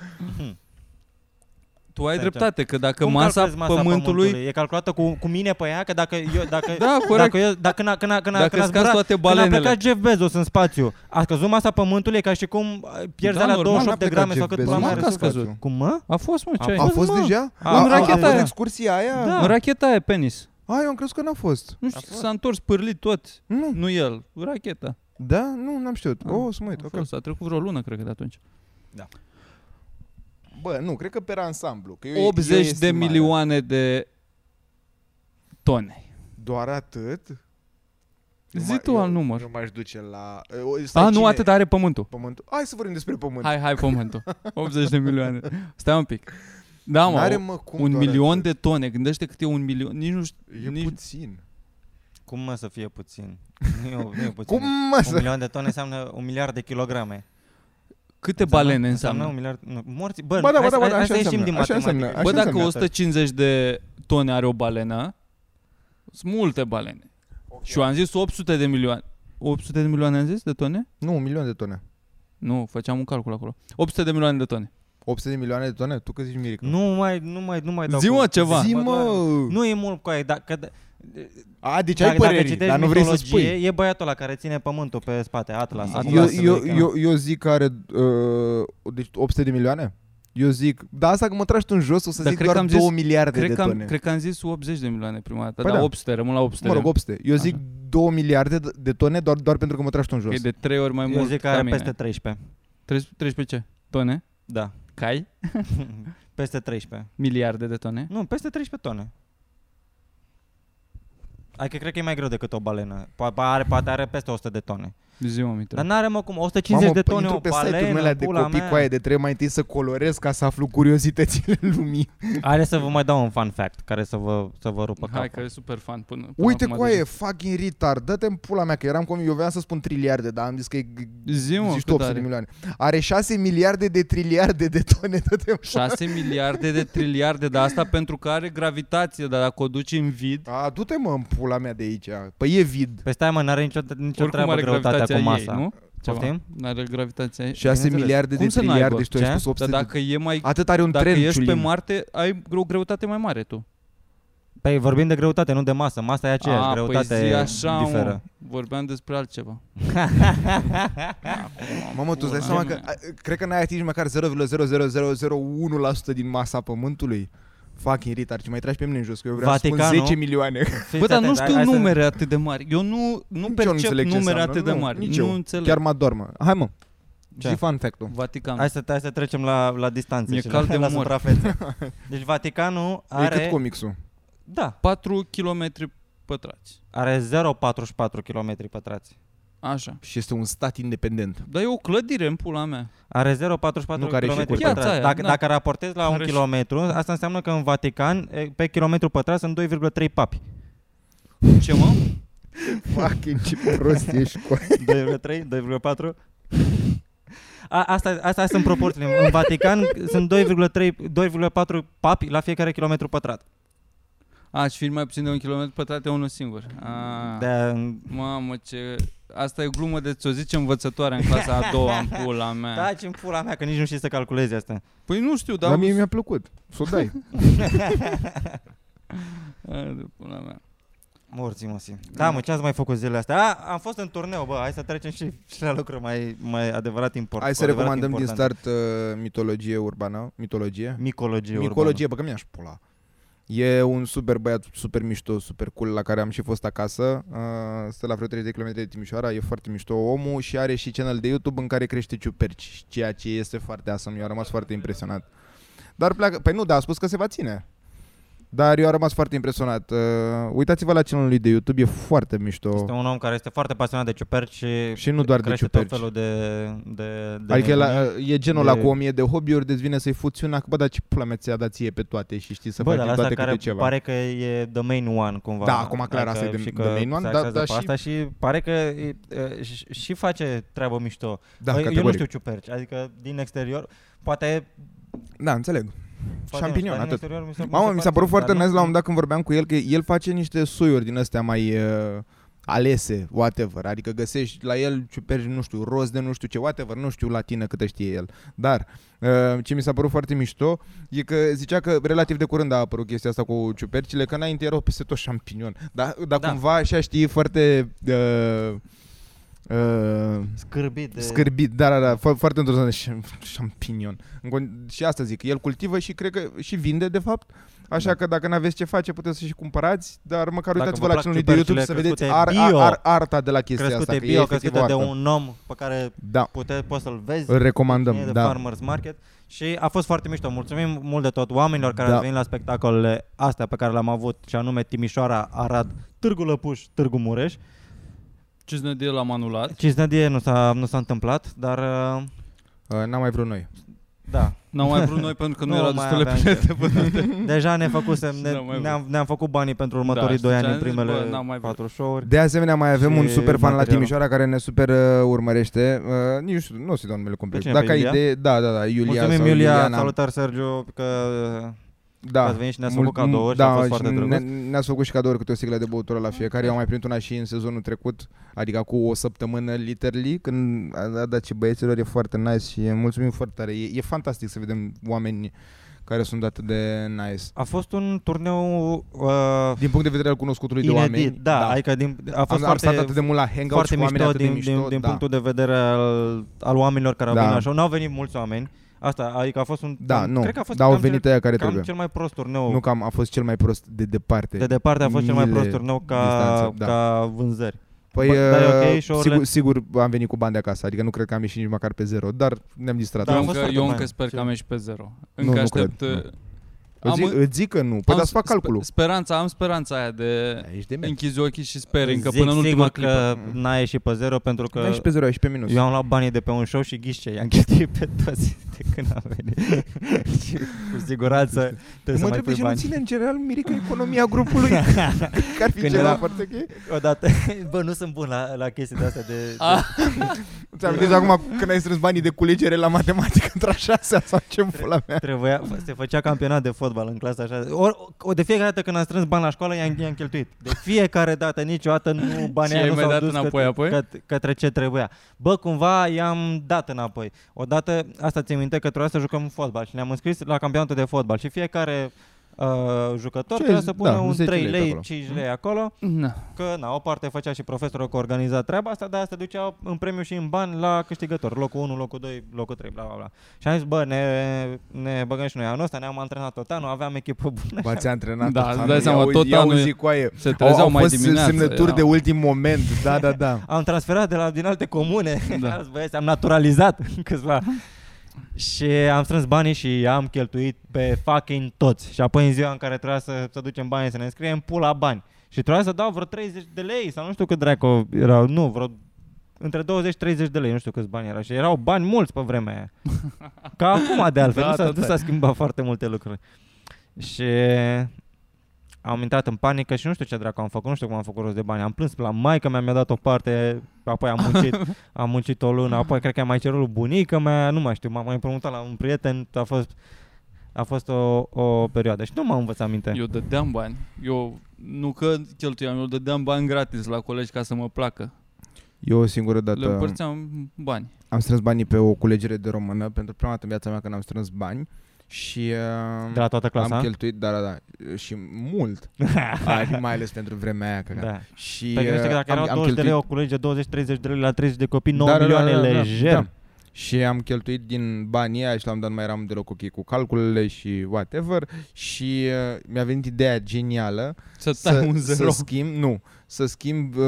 Speaker 1: Tu ai
Speaker 2: Stai,
Speaker 1: dreptate, că dacă
Speaker 2: Cum
Speaker 1: masa,
Speaker 2: calculezi
Speaker 1: masa pământului
Speaker 2: E calculată cu, cu mine pe ea? Că dacă eu, dacă,
Speaker 1: Da, corect.
Speaker 2: dacă eu, dacă când, a, când, a, când, a,
Speaker 1: Dacă
Speaker 2: când a
Speaker 1: îți caz
Speaker 2: zburat,
Speaker 1: toate
Speaker 2: când a
Speaker 1: balenele.
Speaker 2: plecat Jeff Bezos în spațiu, a scăzut masa pământului e ca și cum uh, pierzi
Speaker 1: Da,
Speaker 2: da, alea
Speaker 1: normal.
Speaker 2: 28
Speaker 3: N-a
Speaker 2: de
Speaker 3: plecat
Speaker 2: grame sau
Speaker 3: Jeff
Speaker 2: cât
Speaker 3: Bezos
Speaker 2: pula mea
Speaker 1: în
Speaker 2: are
Speaker 1: spațiu.
Speaker 2: să-
Speaker 1: scăzut.
Speaker 3: spațiu.
Speaker 2: Cum mă?
Speaker 1: A fost, Păi, mă, ce
Speaker 2: A
Speaker 1: ai?
Speaker 3: A
Speaker 2: fost,
Speaker 3: fost
Speaker 2: mă.
Speaker 3: deja?
Speaker 2: A,
Speaker 3: A,
Speaker 2: în
Speaker 3: a, a
Speaker 2: racheta
Speaker 3: fost
Speaker 2: aia.
Speaker 3: excursia aia?
Speaker 1: Da. În racheta aia, penis.
Speaker 3: A, eu am crezut că n-a fost.
Speaker 1: Nu știu, s-a întors pârlit tot.
Speaker 3: Nu.
Speaker 1: Nu el, racheta.
Speaker 3: Da? Nu, n-am știut.
Speaker 1: Ah,
Speaker 3: O, oh, să mă uit.
Speaker 1: A
Speaker 3: ok.
Speaker 1: fost, a trecut vreo lună, cred că, de atunci.
Speaker 3: Bă, nu, cred că pe ansamblu. Că e- e
Speaker 1: 80 de
Speaker 3: estimarea.
Speaker 1: milioane de tone.
Speaker 3: Doar atât? Eu
Speaker 1: Zi
Speaker 3: m-
Speaker 1: tu
Speaker 3: eu-
Speaker 1: al număr.
Speaker 3: Eu m-aș duce la... O, stai,
Speaker 1: A, nu,
Speaker 3: cine
Speaker 1: atât
Speaker 3: e?
Speaker 1: are pământul.
Speaker 3: Pământul. Hai să vorbim despre pământ.
Speaker 1: Hai, hai, pământul. 80 de milioane. Stai un pic. Da, mă,
Speaker 3: N-are,
Speaker 1: o-
Speaker 3: mă, cum
Speaker 1: un
Speaker 3: doar
Speaker 1: milion
Speaker 3: atât.
Speaker 1: de tone. Gândește cât e un milion. Nici nu știu.
Speaker 3: E
Speaker 1: nici-
Speaker 3: puțin.
Speaker 2: Cum mă să fie puțin? Nu, e- nu e puțin.
Speaker 3: Cum mă
Speaker 2: Un
Speaker 3: să...
Speaker 2: milion de tone înseamnă un miliard de kilograme.
Speaker 1: Câte balene înseamnă?
Speaker 2: un miliard... Nu, morți... Bă,
Speaker 3: Ba da,
Speaker 2: hai,
Speaker 3: ba da,
Speaker 2: să-
Speaker 3: ba da,
Speaker 2: hai
Speaker 3: așa
Speaker 2: să ieșim
Speaker 3: înseamnă,
Speaker 2: din
Speaker 3: așa
Speaker 2: matematică.
Speaker 3: înseamnă,
Speaker 1: Bă,
Speaker 3: așa
Speaker 1: dacă
Speaker 3: înseamnă
Speaker 1: 150 de tone are o balenă, sunt multe balene. Și eu am zis 800 de milioane. 800 de milioane am zis de tone?
Speaker 3: Nu, un milion de tone.
Speaker 1: Nu, făceam un calcul acolo. 800 de milioane de tone.
Speaker 3: 800 de milioane de tone? Tu cât zici, Mirica?
Speaker 2: Nu mai, nu mai, nu mai dau
Speaker 1: Zi-mă
Speaker 2: cu-
Speaker 1: ceva.
Speaker 3: Zi,
Speaker 2: Bă, doar-
Speaker 3: mă!
Speaker 2: Nu e mult cu aia, dacă, dacă,
Speaker 3: A, deci ai
Speaker 2: dacă
Speaker 3: păreri,
Speaker 2: citești
Speaker 3: dar nu vrei să
Speaker 2: mitologie,
Speaker 3: spui.
Speaker 2: E băiatul la care ține pământul pe spate, Atlas. sau cum
Speaker 3: Eu,
Speaker 2: se
Speaker 3: eu,
Speaker 2: numește.
Speaker 3: eu, eu zic că are uh, deci 800 de milioane? Eu zic, da, asta că mă tragi tu în jos, o să
Speaker 1: Dar
Speaker 3: zic
Speaker 1: cred că
Speaker 3: doar
Speaker 1: am zis-
Speaker 3: 2 miliarde
Speaker 1: Cred
Speaker 3: de
Speaker 1: că,
Speaker 3: tone.
Speaker 1: am, cred că am zis 80 de milioane prima dată,
Speaker 3: Păi
Speaker 1: dar
Speaker 3: da.
Speaker 1: 800. Rămân la 800.
Speaker 3: Mă rog, 800. Eu
Speaker 1: Așa.
Speaker 3: zic 2 miliarde de- de tone doar, doar pentru că mă tragi tu în
Speaker 1: Că
Speaker 3: jos.
Speaker 1: e de 3 ori mai
Speaker 2: eu
Speaker 1: mult
Speaker 2: zic că
Speaker 1: ca
Speaker 2: are
Speaker 1: mine.
Speaker 2: peste 13.
Speaker 1: 13 13 ce? Tone?
Speaker 2: Da.
Speaker 1: Cai?
Speaker 2: peste 13.
Speaker 1: Miliarde de tone?
Speaker 2: Nu, peste 13 tone. Adică cred că e mai greu decât o balenă. Po- po- are, poate are peste 100 de tone.
Speaker 1: Zi, mă, Mitru.
Speaker 2: Dar n-are mă cum, 150 de
Speaker 3: păi
Speaker 2: tone
Speaker 3: intru
Speaker 2: o
Speaker 3: pe site-urile
Speaker 2: balenă,
Speaker 3: alea de
Speaker 2: pula
Speaker 3: copii
Speaker 2: mea.
Speaker 3: cu aia de trebuie mai întâi să colorez ca să aflu curiozitățile lumii.
Speaker 2: Are să vă mai dau un fun fact care să vă, să vă rupă
Speaker 1: Hai
Speaker 2: capul.
Speaker 1: că e super fan până, până
Speaker 3: Uite
Speaker 1: acum deci
Speaker 3: cu
Speaker 1: deja.
Speaker 3: aia, fucking retard, dă-te în pula mea, că eram cum eu vreau să spun triliarde, dar am zis că e g-
Speaker 1: Zi, mă,
Speaker 3: zici tu
Speaker 1: cât
Speaker 3: 800
Speaker 1: are?
Speaker 3: de milioane. Are 6 miliarde de triliarde de tone, dă-te în pula-
Speaker 1: 6 miliarde de triliarde, dar asta pentru că are gravitație, dar dacă o duci în vid,
Speaker 3: A, du-te mă în pula mea de aici, păi e vid.
Speaker 2: Păi stai mă, n-are nicio, nicio
Speaker 1: oricum
Speaker 2: treabă
Speaker 1: are
Speaker 2: greutatea
Speaker 1: gravitația
Speaker 2: cu
Speaker 1: ei,
Speaker 2: masa.
Speaker 1: nu?
Speaker 2: Poftim?
Speaker 1: N-are gravitația ei.
Speaker 3: 6
Speaker 2: Bineînțeles.
Speaker 3: miliarde
Speaker 1: Cum
Speaker 3: de
Speaker 1: să n-ai,
Speaker 3: triliarde
Speaker 1: bă?
Speaker 3: și tu ai
Speaker 2: Ce?
Speaker 3: spus
Speaker 1: Dar
Speaker 3: 800 de...
Speaker 1: dacă e mai...
Speaker 3: Atât are un
Speaker 1: Dacă
Speaker 3: tren,
Speaker 1: ești pe
Speaker 3: Ciulin.
Speaker 1: Marte, ai o greutate mai mare tu.
Speaker 2: Păi vorbim de greutate, nu de masă. Masa e aceeași,
Speaker 1: A,
Speaker 2: greutatea
Speaker 1: păi zi
Speaker 2: e-
Speaker 1: așa,
Speaker 2: diferă.
Speaker 1: Mă, vorbeam despre altceva.
Speaker 3: Mamă, tu îți dai
Speaker 1: da.
Speaker 3: seama că a, cred că n-ai atins măcar 0,00001% din masa pământului. Fucking retard, ce mai tragi pe mine în jos, că eu vreau să
Speaker 2: Vaticanul-
Speaker 3: spun 10 milioane.
Speaker 2: Fiți
Speaker 1: Bă, dar nu
Speaker 2: atenți,
Speaker 1: știu
Speaker 2: hai- hai să-
Speaker 1: numere atât de mari. Eu nu, nu
Speaker 3: Nici eu
Speaker 1: percep
Speaker 3: înțeleg ce
Speaker 1: numere
Speaker 3: înseamnă,
Speaker 1: atât de
Speaker 3: nu,
Speaker 1: mari.
Speaker 3: nici
Speaker 1: Nu
Speaker 3: eu.
Speaker 1: înțeleg.
Speaker 3: Chiar mă adormă. Hai mă,
Speaker 2: Ce?
Speaker 3: zi fun fact-ul.
Speaker 1: Vatican.
Speaker 2: Hai să, hai să trecem la, la distanță
Speaker 1: Mi-e
Speaker 2: și
Speaker 1: cald
Speaker 2: la,
Speaker 1: de
Speaker 2: la
Speaker 1: umor.
Speaker 2: suprafețe. Deci Vaticanul
Speaker 3: Are... E cât
Speaker 2: are,
Speaker 3: comicsul?
Speaker 2: da,
Speaker 1: 4 km pătrați.
Speaker 2: are 0,44 km pătrați.
Speaker 1: Așa.
Speaker 3: Și este un stat independent.
Speaker 1: Dar e o clădire în pula mea.
Speaker 2: Are 0,44
Speaker 3: Nu care și
Speaker 2: km
Speaker 3: curtea.
Speaker 2: pătrați.
Speaker 1: Piața aia,
Speaker 2: Dacă,
Speaker 1: da.
Speaker 2: dacă raportezi la un
Speaker 1: Care și-
Speaker 2: kilometru, asta înseamnă că în Vatican, e, pe kilometru pătrat sunt 2,3 papi.
Speaker 1: Ce mă?
Speaker 3: Fucking ce prost ești cu
Speaker 2: 2,3, 2,4 A, asta, asta sunt proporțiile. În Vatican sunt 2,3 2,4 papi la fiecare kilometru pătrat.
Speaker 1: A, și fiind mai puțin de un kilometru pătrat e unul singur.
Speaker 3: Ah.
Speaker 1: A, da.
Speaker 2: De,
Speaker 1: Mamă, ce... Asta e glumă de ți-o zice învățătoarea în clasa a doua, în pula
Speaker 3: Ah.
Speaker 1: mea.
Speaker 2: da, ce în pula mea, că nici nu știi să calculezi asta.
Speaker 1: Păi nu știu,
Speaker 3: Dar
Speaker 1: dar...
Speaker 3: mie mi-a plăcut. Să o dai.
Speaker 1: A, de pula mea.
Speaker 2: Morții, mosi. Da, mă, ce ați mai făcut zilele astea? A, am fost în turneu, bă, hai să trecem și, și la lucruri mai, mai adevărat import,
Speaker 3: Hai să
Speaker 2: adevărat
Speaker 3: recomandăm din
Speaker 2: importante.
Speaker 3: start uh, mitologie urbană. Mitologie?
Speaker 2: Micologie,
Speaker 3: Micologie, bă, că mi-aș pula. E un super băiat, super mișto, super cool, la care am și fost acasă. Uh, stă la vreo 30 de km de Timișoara, e foarte mișto omul și are și canal de YouTube în care crește ciuperci, ceea ce este foarte awesome. Eu am rămas foarte impresionat. Dar pleacă, păi nu, da, a spus că se va ține. Dar eu am rămas foarte impresionat. Uh, uitați-vă la canalul lui de YouTube, e foarte mișto.
Speaker 2: Este un om care este foarte pasionat de ciuperci și,
Speaker 3: Și nu doar de
Speaker 2: crește
Speaker 3: ciuperci.
Speaker 2: tot felul de, de, de
Speaker 3: Adică
Speaker 2: nebunii.
Speaker 3: la, e genul ăla
Speaker 2: de-
Speaker 3: cu o mie de hobby-uri, deci vine să-i fuți una, că, bă, dar ce pula mea ți-a dat ție pe toate și știi să
Speaker 2: Bă,
Speaker 3: faci
Speaker 2: dar
Speaker 3: din
Speaker 2: asta
Speaker 3: toate
Speaker 2: care
Speaker 3: câte ceva.
Speaker 2: pare că e the main one cumva. Adică
Speaker 3: Da, acum clar, asta e the-
Speaker 2: și
Speaker 3: the
Speaker 2: că
Speaker 3: main one,
Speaker 2: se
Speaker 3: dar-
Speaker 2: axează
Speaker 3: dar
Speaker 2: pe
Speaker 3: și-
Speaker 2: asta și pare că e, e, și, și face treabă mișto.
Speaker 3: Da,
Speaker 2: eu, eu nu
Speaker 3: categoric.
Speaker 2: știu ciuperci, adică din exterior, poate...
Speaker 3: Da, înțeleg.
Speaker 2: poate nu știu,
Speaker 3: Șampinion,
Speaker 2: dar din
Speaker 3: atât.
Speaker 2: exterior Mi se,
Speaker 3: Mamă, mi s-a părut foarte
Speaker 2: dar nu-
Speaker 3: nice la un moment dat când vorbeam cu el că el face niște soiuri din astea mai uh, alese, whatever. Adică găsești la el ciuperci, nu știu, roz de nu știu ce, whatever, nu știu latină câtă știe el. Dar uh, ce mi s-a părut foarte mișto e că zicea că relativ de curând a apărut chestia asta cu ciupercile, că înainte erau peste tot șampinion. Dar, dar
Speaker 2: Da.
Speaker 3: da. cumva așa știi foarte... Uh, uh,
Speaker 2: Scârbit de...
Speaker 3: Scârbit, da, da, da, fo- foarte interesant Șam- șampinion. În con- Și asta zic, el cultivă și cred că și vinde de fapt. Așa
Speaker 2: Da.
Speaker 3: da. că dacă n-aveți ce face, puteți să și cumpărați, dar măcar
Speaker 2: Dacă
Speaker 3: uitați-vă
Speaker 2: vă
Speaker 3: la
Speaker 2: plac
Speaker 3: acțiunile de YouTube să
Speaker 2: ciupercile
Speaker 3: vedeți ar,
Speaker 2: crescute
Speaker 3: ar,
Speaker 2: bio,
Speaker 3: ar, arta de la chestia asta,
Speaker 2: Crescute
Speaker 3: că e
Speaker 2: bio,
Speaker 3: efectiv o
Speaker 2: crescute de
Speaker 3: artă.
Speaker 2: un om pe care
Speaker 3: Da,
Speaker 2: pute, poți să-l vezi.
Speaker 3: îl
Speaker 2: e de
Speaker 3: recomandăm, da.
Speaker 2: Farmers Market și a fost foarte mișto. Mulțumim mult de tot oamenilor care
Speaker 3: Da.
Speaker 2: au venit la spectacolele astea pe care le-am avut, și anume Timișoara, Arad, Târgu Lăpuș, Târgu Mureș.
Speaker 1: Ce de l-am anulat.
Speaker 2: Cisnădie nu s-a, nu s-a întâmplat, dar uh,
Speaker 3: Uh, N-am mai vrut noi.
Speaker 2: da.
Speaker 1: N-am mai vrut noi pentru că nu,
Speaker 2: Nu
Speaker 1: era
Speaker 2: mai
Speaker 1: destule
Speaker 2: aveam
Speaker 1: bilete până
Speaker 2: Deja ne făcusem,
Speaker 1: Și
Speaker 2: ne,
Speaker 1: n-am Da, mai vrut.
Speaker 2: ne-am, ne-am făcut banii pentru următorii
Speaker 1: Da, știi
Speaker 2: 2 ani
Speaker 1: ce
Speaker 2: în
Speaker 1: am zis?
Speaker 2: primele
Speaker 1: Bă, n-am mai vrut.
Speaker 2: 4 show-uri.
Speaker 3: De asemenea, mai avem
Speaker 2: Și
Speaker 3: un super fan la
Speaker 2: materialul.
Speaker 3: Timișoara care ne super uh, urmărește. Uh, nici nu știu, nu o să dau numele complet.
Speaker 2: Pe cine, pe
Speaker 3: Dacă ai
Speaker 2: Iulia?
Speaker 3: idee, da, da, da, Iulia
Speaker 2: Mulțumim,
Speaker 3: sau
Speaker 2: Iulia,
Speaker 3: Iuliana.
Speaker 2: salutări, Sergiu, că uh,
Speaker 3: Da.
Speaker 2: ați venit și ne-ați
Speaker 3: Mul-
Speaker 2: făcut cadouri și
Speaker 3: da,
Speaker 2: a fost foarte
Speaker 3: și
Speaker 2: drăguț.
Speaker 3: ne, ne-ați făcut și cadouri câte o sticlă de băutură la fiecare. Eu am mai primit una și în sezonul trecut, adică cu o săptămână, literally, când a a dat ce băieților, e foarte nice și mulțumim foarte tare. E, e fantastic să vedem oameni care sunt atât de nice.
Speaker 2: A fost un turneu uh,
Speaker 3: Din punct de vedere al cunoscutului
Speaker 2: inedit,
Speaker 3: de oameni,
Speaker 2: da, adică din, a
Speaker 3: am,
Speaker 2: fost
Speaker 3: am
Speaker 2: foarte,
Speaker 3: stat atât de mult la hangout
Speaker 2: foarte
Speaker 3: și cu oameni
Speaker 2: mișto
Speaker 3: atât de
Speaker 2: din,
Speaker 3: mișto.
Speaker 2: din, din
Speaker 3: da.
Speaker 2: punctul de vedere al, al oamenilor care au
Speaker 3: Da.
Speaker 2: venit la show. N-au venit mulți oameni. Asta, adică a fost un...
Speaker 3: da,
Speaker 2: cam-
Speaker 3: nu,
Speaker 2: Cred că a fost
Speaker 3: dar au
Speaker 2: cam
Speaker 3: venit
Speaker 2: cel,
Speaker 3: aia care
Speaker 2: cam
Speaker 3: trebuie.
Speaker 2: cel mai prost turneu.
Speaker 3: Nu că am, a fost cel mai prost de departe.
Speaker 2: de departe a fost cel mai
Speaker 3: mile
Speaker 2: prost turneu ca,
Speaker 3: distanță, da.
Speaker 2: ca vânzări.
Speaker 3: Păi,
Speaker 2: Bă, dar e ok,
Speaker 3: uh,
Speaker 2: show-urile?
Speaker 3: sigur, sigur am venit cu bani de acasă, adică nu cred că am ieșit nici măcar pe zero, dar ne-am distrat.
Speaker 2: Da,
Speaker 1: eu
Speaker 2: a fost
Speaker 1: încă,
Speaker 2: foarte
Speaker 1: eu
Speaker 2: fain.
Speaker 1: încă sper că am ieșit pe zero. Încă
Speaker 3: Nu, nu
Speaker 1: aștept...
Speaker 3: cred,
Speaker 1: uh,
Speaker 3: nu. Îți zic, îți zic că nu. Păi
Speaker 1: am
Speaker 3: dar să fac
Speaker 1: spe-
Speaker 3: calculul.
Speaker 1: Speranța, am speranța aia de...
Speaker 3: Ești de
Speaker 1: Închizi ochii și speri încă
Speaker 2: Zic
Speaker 1: până în ultima
Speaker 2: sigur
Speaker 1: clipă.
Speaker 2: că n-a ieșit pe zero pentru că...
Speaker 3: pe 0 și pe minus.
Speaker 2: Eu am luat banii de pe un show și ghiși ce, i-am cheltuit pe toți de când am venit. și cu siguranță trebuie să
Speaker 3: Păi, mă
Speaker 2: mai
Speaker 3: întreb de
Speaker 2: pui
Speaker 3: ce nu
Speaker 2: bani.
Speaker 3: ține în general mirică economia grupului. că ar fi
Speaker 2: Când
Speaker 3: ceva
Speaker 2: era-
Speaker 3: foarte ok.
Speaker 2: Odată, bă, nu sunt bun la, la chestii de astea de, de
Speaker 3: Ți-am amintit acum când ai strâns banii de culegere la matematică într-a șasea sau ce pula mea.
Speaker 2: Trebuia, se făcea campionat de fotbal în clasa așa. Or, o, de fiecare dată când am strâns bani la școală, i-am, i-am cheltuit. De fiecare dată, niciodată nu banii
Speaker 1: Și ai
Speaker 2: aia nu
Speaker 1: mai
Speaker 2: s-au
Speaker 1: dat
Speaker 2: dus
Speaker 1: înapoi,
Speaker 2: către,
Speaker 1: apoi?
Speaker 2: Către, către, ce trebuia. Bă, cumva i-am dat înapoi. Odată, asta ți minte că trebuia să jucăm fotbal și ne-am înscris la campionatul de fotbal și fiecare uh, jucător
Speaker 3: Ce-
Speaker 2: trebuia să pună
Speaker 3: da,
Speaker 2: un
Speaker 3: 10
Speaker 2: 3
Speaker 3: lei
Speaker 2: lei,
Speaker 3: pe acolo.
Speaker 1: Mm.
Speaker 2: 5 lei acolo,
Speaker 1: Na.
Speaker 2: că na, o parte făcea și profesorul că organiza treaba asta, dar asta ducea în premiu și în bani la câștigător, locul 1, locul 2, locul 3, bla bla bla. Și am zis, bă, ne, ne băgăm și noi anul ăsta, ne-am antrenat tot anul, aveam echipă bună.
Speaker 3: Bă, ți-a antrenat
Speaker 1: Da,
Speaker 3: tot
Speaker 1: îți dai
Speaker 3: anul.
Speaker 1: seama,
Speaker 3: Ia
Speaker 1: tot
Speaker 3: uzi- ia
Speaker 1: anul
Speaker 3: uzi
Speaker 1: e-
Speaker 3: coaie.
Speaker 1: Se
Speaker 3: Au,
Speaker 1: trezeau
Speaker 3: au
Speaker 1: mai
Speaker 3: fost
Speaker 1: dimineața.
Speaker 3: semnături
Speaker 1: erau-
Speaker 3: de ultim moment. Da, da, da.
Speaker 2: Am transferat de la, din alte comune, da.
Speaker 1: Da.
Speaker 2: alți băieți, am naturalizat câțiva. Și am strâns banii și am cheltuit pe fucking toți. Și apoi în ziua în care trebuia să, să ducem banii să ne înscriem, pula bani. Și trebuia să dau vreo 30 de lei sau nu știu cât dracu erau, nu, vreo între 20-30 de lei, nu știu câți bani erau. Și erau bani mulți pe vremea aia. Ca acum de altfel,
Speaker 1: Da,
Speaker 2: nu s-a,
Speaker 1: tot
Speaker 2: nu s-a schimbat foarte multe lucruri. Și am intrat în panică și nu știu ce dracu am făcut, nu știu cum am făcut rost de bani. Am plâns la maică mea, mi-a dat o parte, apoi am muncit, am muncit o lună, apoi cred că am mai cerut lui bunica mea, nu mai știu, m-am mai împrumutat la un prieten, a fost, a fost o, o perioadă și nu m-am învățat minte.
Speaker 1: Eu dădeam bani. Eu nu că cheltuiam, eu dădeam bani gratis la colegi ca să mă placă.
Speaker 3: Eu o singură
Speaker 1: Le
Speaker 3: dată am-
Speaker 1: împărțeam bani.
Speaker 3: am strâns banii pe o culegere de română pentru prima dată în viața mea când am strâns bani și uh,
Speaker 2: De la toată clasa?
Speaker 3: am adică, cheltuit, da, da, da, și mult, Ai, mai ales pentru vremea aia. Că da.
Speaker 2: da.
Speaker 3: Și
Speaker 2: Pe gândește că
Speaker 3: uh,
Speaker 2: dacă erau 20 de lei o culege, 20-30 de lei la 30 de copii, 9
Speaker 3: Da, da, da,
Speaker 2: milioane
Speaker 3: da, da, da.
Speaker 2: lejer.
Speaker 3: Da. Și am cheltuit din banii aia și la un moment dat nu mai eram deloc ok cu calculele și whatever și uh, mi-a venit ideea genială
Speaker 1: Să tai
Speaker 3: să,
Speaker 1: un
Speaker 3: să
Speaker 1: zero.
Speaker 3: schimb, nu, să schimb uh,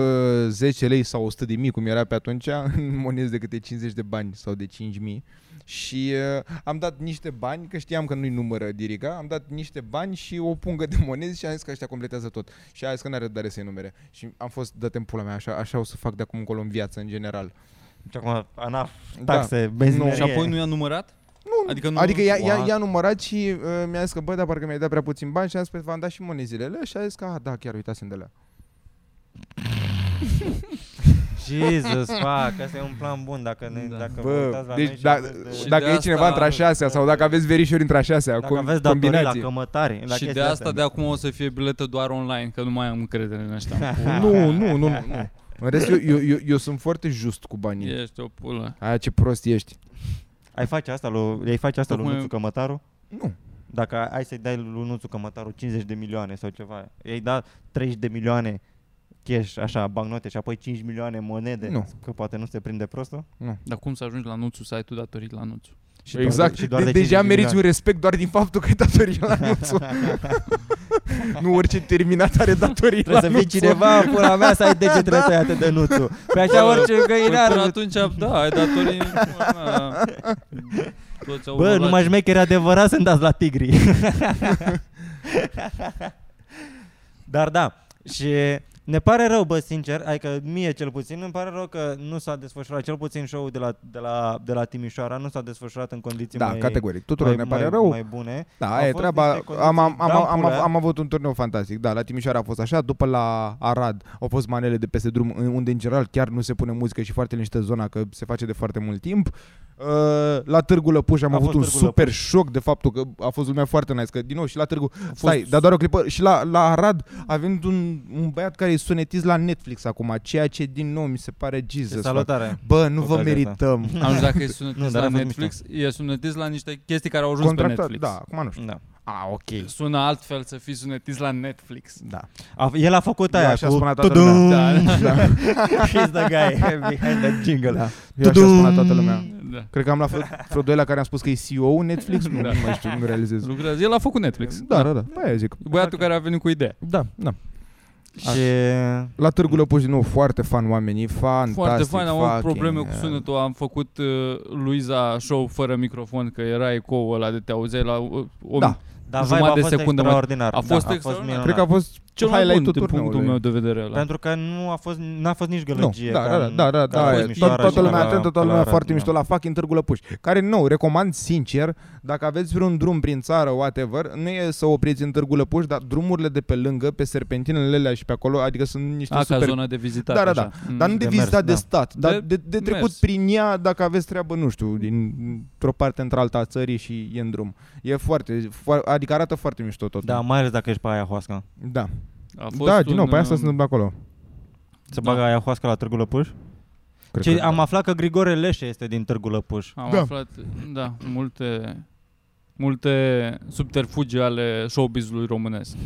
Speaker 3: 10 lei sau 100 de mii, cum era pe atunci, în monezi de câte 50 de bani sau de 5 mii. Și uh, am dat niște bani, că știam că nu-i numără Dirica, am dat niște bani și o pungă de monezi și am zis că ăștia completează tot. Și a zis că n-are răbdare să-i numere. Și am fost, dă în pula mea, așa, așa o să fac de acum încolo în viață, în general.
Speaker 2: Și acum, ANAF,
Speaker 3: Da.
Speaker 2: taxe, da.
Speaker 3: Nu.
Speaker 2: benzinărie.
Speaker 1: Și apoi nu i-a numărat? Nu. Adică, nu,
Speaker 3: Adică ea, ea,
Speaker 2: What?
Speaker 3: ea numărat și uh, mi-a zis că, bă, dar parcă mi-ai dat prea puțin bani și am zis, păi v-am dat și monezilele și a zis că, ah, da, chiar uitasem de la.
Speaker 2: Jesus, fuck, asta e un plan bun dacă, ne,
Speaker 1: Da.
Speaker 2: dacă vă
Speaker 3: Bă,
Speaker 2: uitați la noi
Speaker 3: deci
Speaker 2: și
Speaker 3: da,
Speaker 2: aveți de-
Speaker 1: și
Speaker 3: dacă
Speaker 1: de
Speaker 3: e cineva
Speaker 1: asta-
Speaker 3: între a șasea sau dacă aveți verișori între a șasea,
Speaker 2: dacă
Speaker 3: com-
Speaker 2: aveți datorii la
Speaker 3: combinații.
Speaker 2: cămătare. La
Speaker 1: și de
Speaker 2: chestia da.
Speaker 1: asta de acum o să fie biletă doar online, că nu mai am încredere în ăștia.
Speaker 3: Nu, nu, nu, nu. nu. În rest, eu, eu, eu, eu sunt foarte just cu banii. Yeah.
Speaker 1: Ești o pulă.
Speaker 3: Aia ce prost ești.
Speaker 2: Ai face asta lui, ai face asta lui
Speaker 1: Tocmai-
Speaker 2: Nuțu Cămătaru?
Speaker 3: Nu.
Speaker 2: Dacă ai ai să-i dai lui Nuțu Cămătaru 50 de milioane sau ceva, ei da 30 de milioane cash, așa, bancnote și apoi 5 milioane monede,
Speaker 3: Nu.
Speaker 2: că poate nu se prinde prostul.
Speaker 1: Dar cum să ajungi la nuțul, să ai tu datorii la nuțul?
Speaker 2: Și
Speaker 3: exact.
Speaker 2: Doar de, și doar de,
Speaker 3: de deja
Speaker 2: 50
Speaker 3: meriți un
Speaker 2: milioane.
Speaker 3: respect doar din faptul că ai datorii la nuțul. nu orice terminat are datorii la Da.
Speaker 2: Trebuie să fii
Speaker 3: nuțul.
Speaker 2: cineva, pula mea, să ai degetele tăiate de Nuțu. Pe
Speaker 1: Bă,
Speaker 2: așa orice
Speaker 1: Păi
Speaker 2: găinar.
Speaker 1: până atunci, da, ai datorii... Bă, na, Toți au
Speaker 2: Bă,
Speaker 1: urlat.
Speaker 2: numai șmecheri adevărat sunt dați la tigri. Dar da, și ne pare rău, bă, sincer, adică mie cel puțin, îmi pare rău că nu s-a desfășurat, cel puțin show-ul de la, de la, de la Timișoara nu s-a desfășurat în condiții
Speaker 3: Da,
Speaker 2: mai,
Speaker 3: categoric. Tuturor
Speaker 2: mai,
Speaker 3: ne pare
Speaker 2: mai,
Speaker 3: rău.
Speaker 2: mai bune.
Speaker 3: Da,
Speaker 2: Au
Speaker 3: aia e
Speaker 2: fost
Speaker 3: treaba.
Speaker 2: niște condiții Da,
Speaker 3: Am, am, am, am,
Speaker 2: dampulea.
Speaker 3: am avut un turneu fantastic. Da, la Timișoara a fost așa, după la Arad au fost manele de peste drum, în- unde în general chiar nu se pune muzică și foarte liniște zona, că se face de foarte mult timp. Uh, La Târgu Lăpuș am
Speaker 2: A
Speaker 3: avut
Speaker 2: fost
Speaker 3: un
Speaker 2: Târgu
Speaker 3: super șoc de faptul că a fost lumea foarte nice, că din nou și la Târgu... Stai,
Speaker 1: fost-
Speaker 3: dar doar o clipă. Și la, la Arad a venit un, un băiat care e sunetist la Netflix acum, ceea ce din nou mi se pare Jesus.
Speaker 2: Salutare.
Speaker 3: Bă, nu vă
Speaker 2: Ocazia asta.
Speaker 3: merităm.
Speaker 1: Am zis, dacă e
Speaker 2: Nu,
Speaker 1: sunetist
Speaker 2: dar
Speaker 1: la
Speaker 2: a fost
Speaker 1: Netflix, e sunetist la niște chestii care au ajuns pe
Speaker 3: Contractat,
Speaker 1: Netflix.
Speaker 3: da, acum nu știu.
Speaker 2: Da.
Speaker 3: A, ok.
Speaker 1: Sună altfel să fii sunetist la Netflix.
Speaker 3: Da.
Speaker 2: A, el a făcut
Speaker 3: Eu
Speaker 2: aia
Speaker 3: așa
Speaker 2: cu
Speaker 3: spunea toată
Speaker 2: tudum.
Speaker 3: lumea. Da.
Speaker 2: He's the guy behind the jingle.
Speaker 3: Da. Eu așa
Speaker 2: Tudum.
Speaker 3: spunea toată lumea.
Speaker 1: Da.
Speaker 3: Cred că am la fel vreo doi la care am spus că e CEO Netflix, nu,
Speaker 1: Da.
Speaker 3: nu mai știu, nu realizez.
Speaker 1: Lucrează. El a făcut Netflix.
Speaker 3: Da, da, da, aia zic.
Speaker 1: E Băiatul care a venit cu ideea.
Speaker 3: Da, da.
Speaker 2: Și
Speaker 3: La Târgu Lăpuș, din nou, foarte fan oamenii, fantastic.
Speaker 1: Foarte fain, am avut
Speaker 3: fucking,
Speaker 1: probleme cu
Speaker 3: uh,
Speaker 1: sunetul, am făcut uh, Luiza show fără microfon, că era ecou ăla de te auzeai la uh, o,
Speaker 3: Da.
Speaker 2: dar
Speaker 1: Jumătate
Speaker 2: vibe a fost
Speaker 1: de secundă, mă-
Speaker 2: extraordinar.
Speaker 1: a fost
Speaker 2: Da,
Speaker 1: extraordinar.
Speaker 2: minunat.
Speaker 3: Cred că a fost
Speaker 1: Cel mai bun
Speaker 3: highlight-ul
Speaker 1: din punctul
Speaker 3: turneului.
Speaker 1: meu de vedere ăla.
Speaker 2: Pentru că nu a fost, n-a fost nici
Speaker 3: Nu,
Speaker 2: gălăgie.
Speaker 3: da,
Speaker 2: ca
Speaker 3: da,
Speaker 2: în-
Speaker 3: da, da,
Speaker 2: ca în
Speaker 3: da, aia.
Speaker 2: Mișoara
Speaker 3: Tot-
Speaker 2: și
Speaker 3: toată
Speaker 2: ca
Speaker 3: lumea
Speaker 2: la- ca
Speaker 3: atentă, toată
Speaker 2: la
Speaker 3: lumea
Speaker 2: Arad,
Speaker 3: foarte
Speaker 2: da.
Speaker 3: mișto la fucking Târgu Lăpuș, care nou, recomand sincer, dacă aveți vreun drum prin țară, whatever, nu e să opriți în Târgu Lăpuș, dar drumurile de pe lângă, pe serpentinele alea și pe acolo, adică sunt niște
Speaker 1: a, ca
Speaker 3: super
Speaker 1: zona de vizitat.
Speaker 3: Da, da,
Speaker 1: așa. Mm.
Speaker 3: da. Dar nu
Speaker 2: de
Speaker 3: de,
Speaker 2: mers,
Speaker 3: vizitat de
Speaker 2: da.
Speaker 3: stat, dar
Speaker 1: De
Speaker 3: de, de, trecut
Speaker 1: mers.
Speaker 3: prin ea dacă aveți treabă, nu știu, dintr-o parte într-alta a țării și e în drum. E foarte, fo- adică arată foarte mișto tot.
Speaker 2: Da, mai ales dacă ești pe aia hoasca.
Speaker 3: Da,
Speaker 1: A fost
Speaker 3: da din nou,
Speaker 1: un,
Speaker 3: pe asta
Speaker 1: uh,
Speaker 3: se întâmplă acolo.
Speaker 2: Se
Speaker 1: Da.
Speaker 2: bagă aia hoasca la Târgu Lăpuș?
Speaker 3: Cred
Speaker 2: Ce,
Speaker 3: că,
Speaker 2: am
Speaker 3: da.
Speaker 2: aflat că Grigore Leșe este din Târgu Lăpuș.
Speaker 1: Am
Speaker 3: Da.
Speaker 1: aflat, da, multe multe subterfugi ale showbiz-ului românesc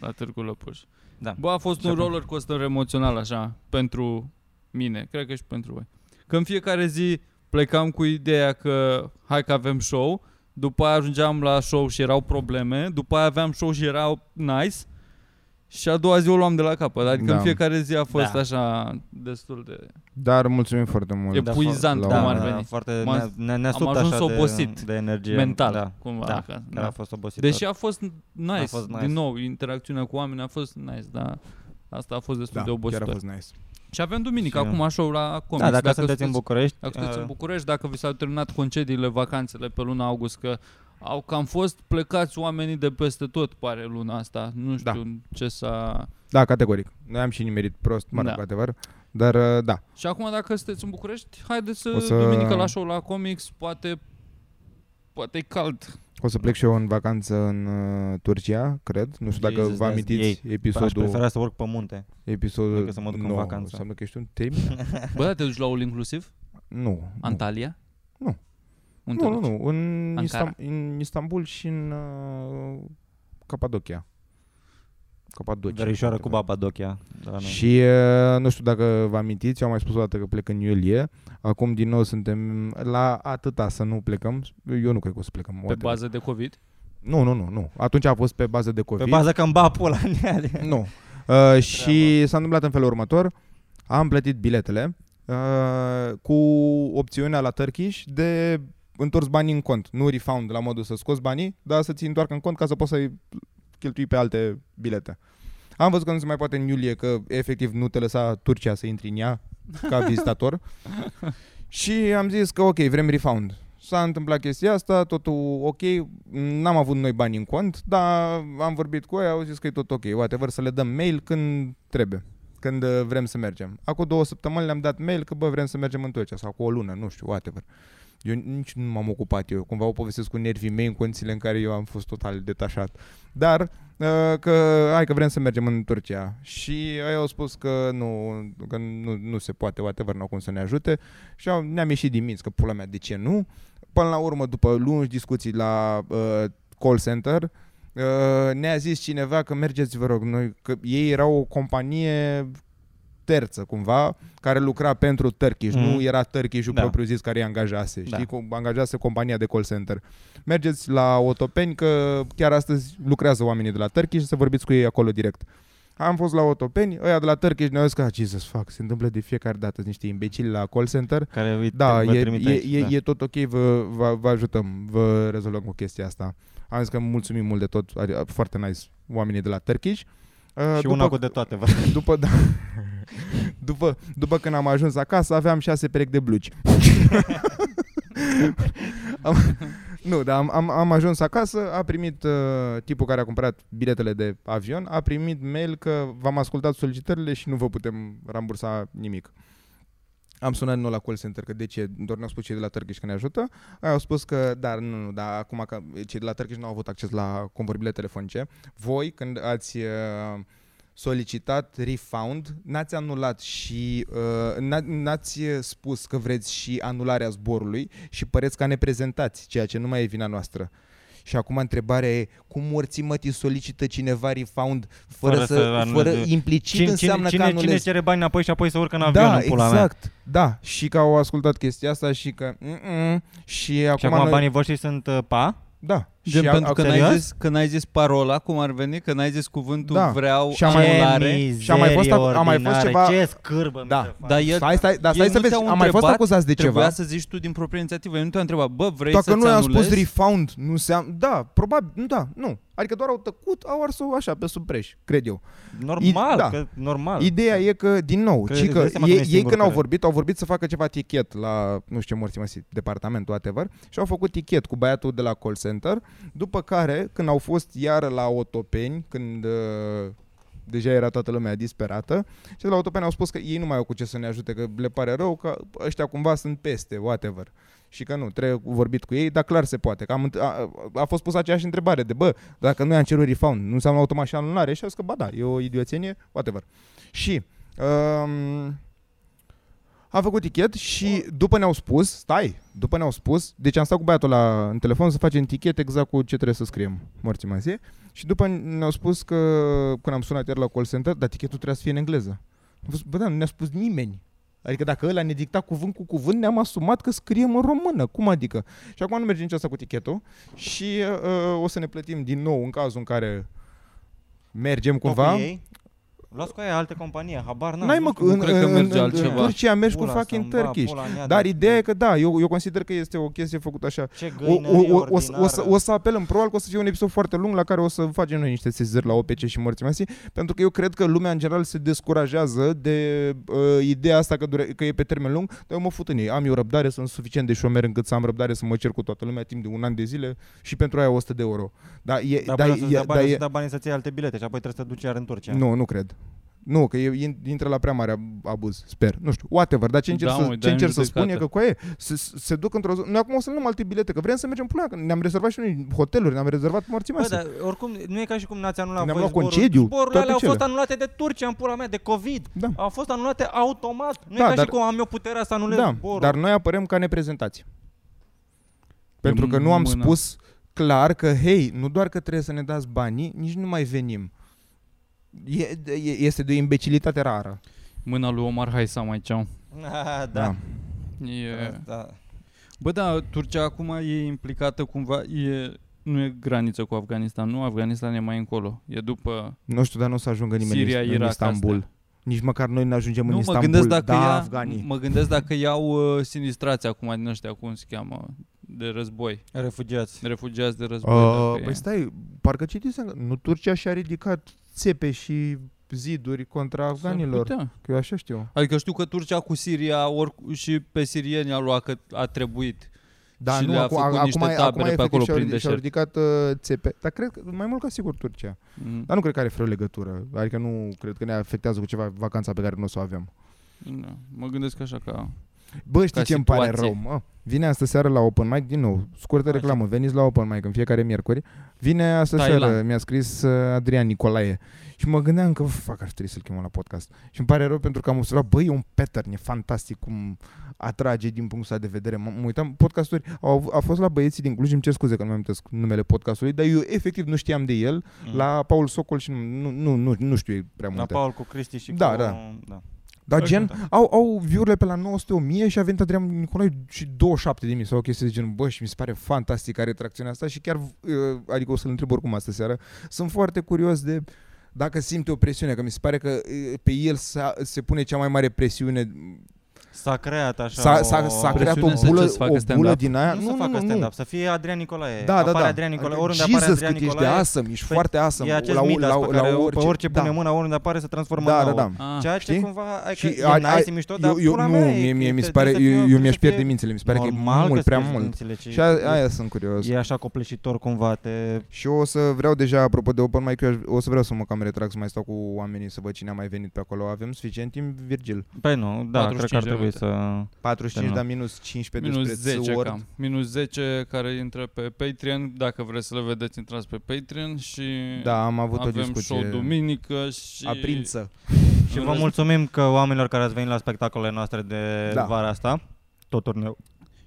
Speaker 1: la Târgu Lăpuș.
Speaker 2: Da.
Speaker 1: Bă, a fost
Speaker 2: Și
Speaker 1: un
Speaker 2: apoi-
Speaker 1: roller coaster emoțional așa pentru mine, cred că și pentru voi. Că în fiecare zi plecam cu ideea că hai că avem show, după aia ajungeam la show și erau probleme, după aia aveam show și erau nice și a doua zi o luam de la capăt. Adică
Speaker 3: Da.
Speaker 1: în fiecare zi a fost
Speaker 2: Da.
Speaker 1: așa destul de...
Speaker 3: Dar mulțumim foarte mult. Da,
Speaker 1: E puizant,
Speaker 3: la
Speaker 1: cum
Speaker 3: un-
Speaker 1: ar veni.
Speaker 2: Da, Foarte
Speaker 1: M-am-
Speaker 2: ne- ne, ne
Speaker 1: am
Speaker 2: supt
Speaker 1: ajuns
Speaker 2: așa
Speaker 1: obosit
Speaker 2: de, de energie.
Speaker 1: mental,
Speaker 2: Da,
Speaker 1: cumva.
Speaker 2: da,
Speaker 1: că-
Speaker 2: da. a fost obosit.
Speaker 1: Deși a fost nice,
Speaker 2: A fost nice.
Speaker 1: din nou, interacțiunea cu oameni a fost nice, dar asta a fost destul de
Speaker 3: Da, chiar a
Speaker 1: obositor.
Speaker 3: fost nice.
Speaker 1: Și avem duminică,
Speaker 2: Și-
Speaker 1: acum show la Comics.
Speaker 2: da, dacă sunteți în
Speaker 1: sunteți-
Speaker 2: București,
Speaker 1: dacă sunteți în
Speaker 2: uh,
Speaker 1: București, dacă vi s-au terminat concediile, vacanțele pe luna august, că Au cam fost plecați oamenii de peste tot, pare luna asta. Nu știu ce s-a...
Speaker 3: Da, categoric. Noi am și nimerit prost, mă rog,
Speaker 1: Da.
Speaker 3: adevăr. Dar uh, da,
Speaker 1: Și acum dacă sunteți în București, haideți să,
Speaker 3: O
Speaker 1: să...
Speaker 3: să-
Speaker 1: duminică la show la Comics, poate poate e cald.
Speaker 3: o să plec și eu în vacanță în uh, Turcia, cred. Nu știu dacă
Speaker 2: Jesus,
Speaker 3: vă
Speaker 2: that's
Speaker 3: amintiți
Speaker 2: Aș
Speaker 3: episodul...
Speaker 2: prefera să urc pe munte.
Speaker 3: Episodul
Speaker 2: decât să mă duc în
Speaker 3: nouă.
Speaker 2: vacanță.
Speaker 3: Înseamnă că ești un trim?
Speaker 1: Bă, da, te duci la all inclusiv?
Speaker 3: Nu.
Speaker 1: Antalya?
Speaker 3: Nu.
Speaker 1: Unde
Speaker 3: Nu,
Speaker 1: te
Speaker 3: nu,
Speaker 1: duci?
Speaker 3: nu. În,
Speaker 1: Ankara.
Speaker 3: Istam- în Istanbul și în uh, Capadocia. Capadocia.
Speaker 2: Verișoară cu
Speaker 3: cred.
Speaker 2: Babadochia. Da, nu.
Speaker 3: Și uh, nu știu dacă vă amintiți, eu am mai spus o dată că plec în iulie. Acum din nou suntem la atâta să nu plecăm. Eu nu cred că o să plecăm.
Speaker 1: Pe
Speaker 3: whatever.
Speaker 1: bază de COVID?
Speaker 3: Nu, nu, nu, nu. Atunci a fost pe bază de COVID.
Speaker 2: Pe bază că îmi ba pula în ea.
Speaker 3: Nu. Uh, și s-a întâmplat în felul următor. Am plătit biletele uh, cu opțiunea la Turkish de întors banii în cont. Nu refund la modul să scoți banii, dar să ți întoarcă în cont ca să poți să-i cheltui pe alte bilete. Am văzut că nu se mai poate în iulie, că efectiv nu te lăsa Turcia să intri în ea ca vizitator. și am zis că ok, vrem refund. S-a întâmplat chestia asta, totul ok, n-am avut noi bani în cont, dar am vorbit cu ei, au zis că e tot ok, whatever, să le dăm mail când trebuie, când uh, vrem să mergem. Acum două săptămâni le-am dat mail că bă, vrem să mergem în Turcia sau cu o lună, nu știu, whatever. Eu nici nu m-am ocupat eu, cumva o povestesc cu nervii mei în condițiile în care eu am fost total detașat. Dar uh, că hai că vrem să mergem în Turcia și ei au spus că nu, că nu, nu se poate, whatever, n-au cum să ne ajute și au, ne-am ieșit din minți că pula mea, de ce nu? Până la urmă, după lungi discuții la uh, call center, uh, ne-a zis cineva că mergeți, vă rog, noi, că ei erau o companie terță cumva, care lucra pentru Turkish,
Speaker 2: Mm.
Speaker 3: mm. nu era Turkish-ul
Speaker 2: Da.
Speaker 3: da. propriu zis care îi angajase,
Speaker 2: Da.
Speaker 3: știi, cum angajase compania de call center. Mergeți la Otopeni că chiar astăzi lucrează oamenii de la Turkish și să vorbiți cu ei acolo direct. Am fost la Otopeni, ăia de la Turkish ne-au zis că, "Ah, Jesus, fuck, se întâmplă de fiecare dată sunt niște imbecili la call center
Speaker 2: Care uite,
Speaker 3: da,
Speaker 2: vă
Speaker 3: e,
Speaker 2: trimite
Speaker 3: e,
Speaker 2: aici,
Speaker 3: e,
Speaker 2: da.
Speaker 3: e tot ok, vă, vă, vă ajutăm, vă rezolvăm cu chestia asta. Am zis că mulțumim mult de tot, adi- foarte nice oamenii de la Turkish. Uh,
Speaker 2: da. Și una cu de toate, vă.
Speaker 3: după, da, după, după când am ajuns acasă, aveam șase perechi de blugi. am, nu, dar am, am, am ajuns acasă, a primit uh, tipul care a cumpărat biletele de avion, a primit mail că v-am ascultat solicitările și nu vă putem rambursa nimic. Am sunat nou la call center că de ce, doar ne-au spus cei de la Turkish că ne ajută. Aia Au spus că, dar nu, nu, dar acum că cei de la Turkish nu au avut acces la convorbirile telefonice. Voi, când ați uh, solicitat refund, n-ați anulat și uh, n- n-ați spus că vreți și anularea zborului și păreți ca neprezentați, ceea ce nu mai e vina noastră. Și acum întrebarea e, cum morții mătii solicită cineva refund fără,
Speaker 2: Fără
Speaker 3: fără
Speaker 2: să
Speaker 3: să,
Speaker 2: anuleze?
Speaker 3: fără implicit
Speaker 2: Cine,
Speaker 3: înseamnă
Speaker 2: cine,
Speaker 3: că
Speaker 2: cine,
Speaker 3: anulezi
Speaker 2: cine cere bani înapoi și apoi să urcă în avion
Speaker 3: da,
Speaker 2: în pula mea.
Speaker 3: exact, da. Și că au ascultat chestia asta și că... Mm-mm, și acum,
Speaker 2: Și acum
Speaker 3: noi,
Speaker 2: banii voștri sunt uh, pa?
Speaker 3: Da.
Speaker 1: Gen,
Speaker 3: și a-
Speaker 1: pentru
Speaker 3: a-
Speaker 1: că
Speaker 2: serios?
Speaker 1: n-ai, zis, că n-ai zis parola, cum ar veni, că n-ai zis cuvântul
Speaker 3: Da.
Speaker 1: vreau,
Speaker 3: Și a mai-
Speaker 1: anulare.
Speaker 3: și a mai fost- a mai fost
Speaker 2: Mizerie
Speaker 3: ceva-
Speaker 2: ordinară, Ce scârbă
Speaker 3: Da.
Speaker 2: mi se face.
Speaker 1: Dar el,
Speaker 3: Stai, stai, dar stai
Speaker 1: ei
Speaker 3: să
Speaker 1: nu
Speaker 3: vezi,
Speaker 1: te-au
Speaker 3: am mai fost
Speaker 1: întrebat,
Speaker 3: acuzați de
Speaker 1: Trebuia
Speaker 3: ceva.
Speaker 1: să zici tu din proprie inițiativă. Eu nu te-am întrebat, bă, vrei
Speaker 3: Dacă
Speaker 1: să-ți
Speaker 3: nu i-am
Speaker 1: anulezi?
Speaker 3: spus refund, nu înseamnă... Da, probabil, da, nu. Adică doar au tăcut, au ars-o așa, pe sub preș, cred eu.
Speaker 2: Normal,
Speaker 3: I- da.
Speaker 2: că normal.
Speaker 3: Ideea e că, din nou,
Speaker 2: Că-
Speaker 3: că, ci
Speaker 2: îți dai
Speaker 3: că
Speaker 2: seama că nu e
Speaker 3: ei, ei
Speaker 2: singurul
Speaker 3: când au
Speaker 2: care-
Speaker 3: vorbit, au vorbit să facă ceva tichet la, nu știu ce morți mă departamentul, whatever, și au făcut tichet cu băiatul de la call center, după care, când au fost iară la Otopeni, când uh, deja era toată lumea disperată, și de la Otopeni au spus că ei nu mai au cu ce să ne ajute, că le pare rău, că ăștia cumva sunt peste, whatever. Și că nu, trebuie vorbit cu ei, dar clar se poate. Că am, înt- a, a, fost pus aceeași întrebare de, bă, dacă noi am cerut refund, nu înseamnă automat și anulare? Și au zis că, ba da, e o idioțenie, whatever. Și Um, am făcut tichet și după ne-au spus, stai, după ne-au spus, deci am stat cu băiatul la, în telefon să facem tichet exact cu ce trebuie să scriem, morții mai zi. Și după ne-au spus că, când am sunat iar la call center, dar tichetul trebuia să fie în engleză. Am fost, bă, da, nu ne-a spus nimeni. Adică dacă ăla ne dicta cuvânt cu cuvânt, ne-am asumat că scriem în română. Cum adică? Și acum nu merge nici asta cu tichetul și uh, o să ne plătim din nou în cazul în care mergem
Speaker 2: Tot
Speaker 3: cumva.
Speaker 2: cu ei? Luați cu aia alte companie, habar n-am.
Speaker 3: N-ai
Speaker 2: nu
Speaker 3: mă,
Speaker 2: știu.
Speaker 1: nu
Speaker 3: în,
Speaker 1: cred că
Speaker 3: în-
Speaker 1: merge
Speaker 3: în- în
Speaker 1: altceva.
Speaker 3: Turcia mergi cu
Speaker 2: Pula
Speaker 3: fucking
Speaker 2: să-mi va,
Speaker 3: Turkish.
Speaker 2: pula în ea,
Speaker 3: Dar
Speaker 2: de-
Speaker 3: ideea e că da, eu, eu consider că este o chestie făcută așa.
Speaker 2: Ce
Speaker 3: O, o,
Speaker 2: găinărie
Speaker 3: o, o, să- o, să,
Speaker 2: ordinară.
Speaker 3: o să apelăm, probabil că o să fie un episod foarte lung la care o să facem noi niște sesizări la OPC și morții masi, pentru că eu cred că lumea în general se descurajează de uh, ideea asta că, dure, că e pe termen lung, dar eu mă fut în ei. Am eu răbdare, sunt suficient de șomer încât să am răbdare să mă cer cu toată lumea timp de un an de zile și pentru aia 100 de euro. Dar e,
Speaker 2: Dar păi până
Speaker 3: dar e,
Speaker 2: să-ți dea
Speaker 3: dar
Speaker 2: banii,
Speaker 3: e,
Speaker 2: să-ți dea banii să-ți iei alte bilete și apoi trebuie să te duci iar în Turcia.
Speaker 3: nu, nu cred. Nu, că e, in- intră la prea mare ab- abuz, sper. Nu știu, whatever. Dar ce încerc
Speaker 1: Da,
Speaker 3: să,
Speaker 1: mă,
Speaker 3: ce
Speaker 1: dai
Speaker 3: încerc
Speaker 1: în
Speaker 3: să spun e
Speaker 1: judecată.
Speaker 3: că cu aia se, se duc într-o zonă. Noi acum o să luăm alte bilete, că vrem să mergem până că ne-am rezervat și noi hoteluri, ne-am rezervat morții
Speaker 2: Bă,
Speaker 3: mase.
Speaker 2: dar oricum nu e ca și cum n-ați anulat
Speaker 3: Ne-am
Speaker 2: voi
Speaker 3: luat
Speaker 2: zborul.
Speaker 3: concediu,
Speaker 2: Zborurile
Speaker 3: toate
Speaker 2: alea au fost
Speaker 3: cele.
Speaker 2: anulate de Turcia în pula mea, de COVID.
Speaker 3: Da.
Speaker 2: Au fost anulate automat. Nu
Speaker 3: Da,
Speaker 2: e ca
Speaker 3: dar-
Speaker 2: și cum am eu puterea să anulez
Speaker 3: Da,
Speaker 2: zborul.
Speaker 3: dar noi apărăm ca neprezentați. Pentru
Speaker 1: În
Speaker 3: că nu am
Speaker 1: mână.
Speaker 3: spus clar că, hei, nu doar că trebuie să ne dați banii, nici nu mai venim. E, e, este de o imbecilitate rară.
Speaker 1: Mâna lui Omar Haisam aici. am.
Speaker 2: Ah, da.
Speaker 1: E...
Speaker 2: da.
Speaker 1: Bă, da, Turcia acum e implicată cumva, e, nu e graniță cu Afganistan, nu? Afganistan e mai încolo. E după...
Speaker 3: Nu știu, dar nu o să ajungă nimeni
Speaker 1: Siria,
Speaker 3: în, în
Speaker 1: Irak,
Speaker 3: Istanbul.
Speaker 1: astea.
Speaker 3: Nici măcar noi nu ajungem
Speaker 1: nu,
Speaker 3: în
Speaker 1: mă
Speaker 3: Istanbul.
Speaker 1: gândesc dacă
Speaker 3: da,
Speaker 1: ia,
Speaker 3: afganii.
Speaker 1: Mă gândesc dacă iau uh, sinistrați acum din ăștia, cum se cheamă, de război.
Speaker 2: Refugiați.
Speaker 1: Da. Refugiați de război.
Speaker 3: Uh,
Speaker 1: dacă e.
Speaker 3: păi stai, parcă citisem, că nu Turcia și-a ridicat țepe și ziduri contra
Speaker 1: S-ar
Speaker 3: afganilor.
Speaker 1: putea.
Speaker 3: Că eu așa știu.
Speaker 1: Adică știu că Turcia cu Siria or, și pe sirieni a luat că a trebuit.
Speaker 3: Dar
Speaker 1: Și
Speaker 3: Da, nu,
Speaker 1: le-a
Speaker 3: acum,
Speaker 1: făcut
Speaker 3: acum,
Speaker 1: niște
Speaker 3: e-
Speaker 1: tabere
Speaker 3: acum
Speaker 1: pe
Speaker 3: efectiv
Speaker 1: acolo
Speaker 3: și-au,
Speaker 1: prin
Speaker 3: ridic- și-au
Speaker 1: deșert.
Speaker 3: ridicat uh, țepe. Dar cred că mai mult ca sigur Turcia.
Speaker 1: Mm.
Speaker 3: Dar nu cred că are vreo legătură. Adică nu cred că ne afectează cu ceva vacanța pe care nu o să o avem.
Speaker 1: Nu, Mm, da. Mă gândesc așa că...
Speaker 3: Bă, știi
Speaker 1: Ca
Speaker 3: ce îmi pare
Speaker 1: situație.
Speaker 3: rău, mă? Vine astă seară la Open Mic, din nou, scurtă
Speaker 2: Așa. Da,
Speaker 3: reclamă, veniți la Open Mic în fiecare miercuri. Vine astă
Speaker 1: Thailand.
Speaker 3: seară, mi-a scris uh, Adrian Nicolae și mă gândeam că, fac, ar trebui să-l chemăm la podcast. Și îmi pare rău pentru că am observat, băi, e un pattern, e fantastic cum atrage din punctul ăsta de vedere. Mă mă uitam, podcasturi, au, av- a fost la băieții din Cluj, îmi cer scuze că nu mi-am numele podcastului, dar eu efectiv nu știam de el, la Paul Socol și nu, nu, nu, nu știu prea
Speaker 2: Mm. la
Speaker 3: multe.
Speaker 2: Paul cu Cristi și
Speaker 3: Da,
Speaker 2: cu...
Speaker 3: da.
Speaker 2: da.
Speaker 3: Dar
Speaker 2: Exact,
Speaker 3: gen, au, au view-urile pe la 900.000 și a venit Adrian Nicolae și 27 de mii sau o chestie de genul, bă, și mi se pare fantastic are tracțiunea asta și chiar, uh, adică o să-l întreb oricum astă seară, sunt foarte curios de dacă simte o presiune, că mi se pare că uh, pe el s-a, se pune cea mai mare presiune,
Speaker 2: S-a creat așa
Speaker 3: s-a,
Speaker 2: o...
Speaker 3: s-a, s-a creat Da, o
Speaker 1: presiune să
Speaker 3: bulă,
Speaker 1: ce-ți facă
Speaker 3: o bulă
Speaker 1: stand-up?
Speaker 3: din aia.
Speaker 2: Nu, nu, să facă stand-up, să fie Adrian Nicolae.
Speaker 3: Da,
Speaker 2: Apare
Speaker 3: da, da.
Speaker 2: Adrian Nicolae, oriunde
Speaker 3: Jesus,
Speaker 2: apare Adrian
Speaker 3: cât ești
Speaker 2: Nicolae,
Speaker 3: de awesome, ești
Speaker 2: păi,
Speaker 3: foarte awesome.
Speaker 2: e acest Midas pe care orice, pe orice
Speaker 3: da,
Speaker 2: pune mâna, oriunde apare se transformă
Speaker 3: da,
Speaker 2: în
Speaker 3: da,
Speaker 2: nou.
Speaker 3: da.
Speaker 1: Ah,
Speaker 2: Ceea ce
Speaker 3: știi?
Speaker 2: cumva, ai că
Speaker 3: Și
Speaker 2: e
Speaker 3: ai-
Speaker 2: nice,
Speaker 3: ai-
Speaker 2: e mișto, dar
Speaker 3: Eu, eu,
Speaker 2: pula
Speaker 3: nu,
Speaker 2: mea e-
Speaker 3: mie, mie mi se
Speaker 2: trebuie
Speaker 3: pare,
Speaker 2: să fie-
Speaker 3: eu, eu
Speaker 2: trebuie
Speaker 3: mi-aș
Speaker 2: să fie
Speaker 3: pierde mințile, mi se pare că e
Speaker 2: normal
Speaker 3: mult,
Speaker 2: că-ți
Speaker 3: prea
Speaker 2: pierzi
Speaker 3: mult.
Speaker 2: mințile, ci
Speaker 3: Și a, aia sunt curios.
Speaker 2: E așa copleșitor cumva, te...
Speaker 3: Și eu o să vreau deja, apropo de open mic, eu aș- o să vreau să mă cam retrag, să mai stau cu oamenii, să văd cine a mai venit pe acolo. Avem suficient timp, Virgil.
Speaker 2: Păi nu, da,
Speaker 1: 45
Speaker 2: cred că ar
Speaker 1: de
Speaker 2: trebui
Speaker 1: minute.
Speaker 2: să...
Speaker 3: 45,
Speaker 2: Da,
Speaker 3: dar minus 15
Speaker 1: Minus
Speaker 3: despre
Speaker 1: 10
Speaker 3: țăori.
Speaker 1: cam. Minus 10 care intră pe Patreon. Dacă vreți să le vedeți, intrați pe Patreon și
Speaker 3: Da, am avut o
Speaker 1: avem
Speaker 3: discuție.
Speaker 1: show duminică și...
Speaker 3: Aprință.
Speaker 2: Și
Speaker 1: în
Speaker 2: vă
Speaker 1: rest-
Speaker 2: mulțumim că oamenilor care ați venit la spectacolele noastre de
Speaker 3: Da.
Speaker 2: vara asta, tot turneu.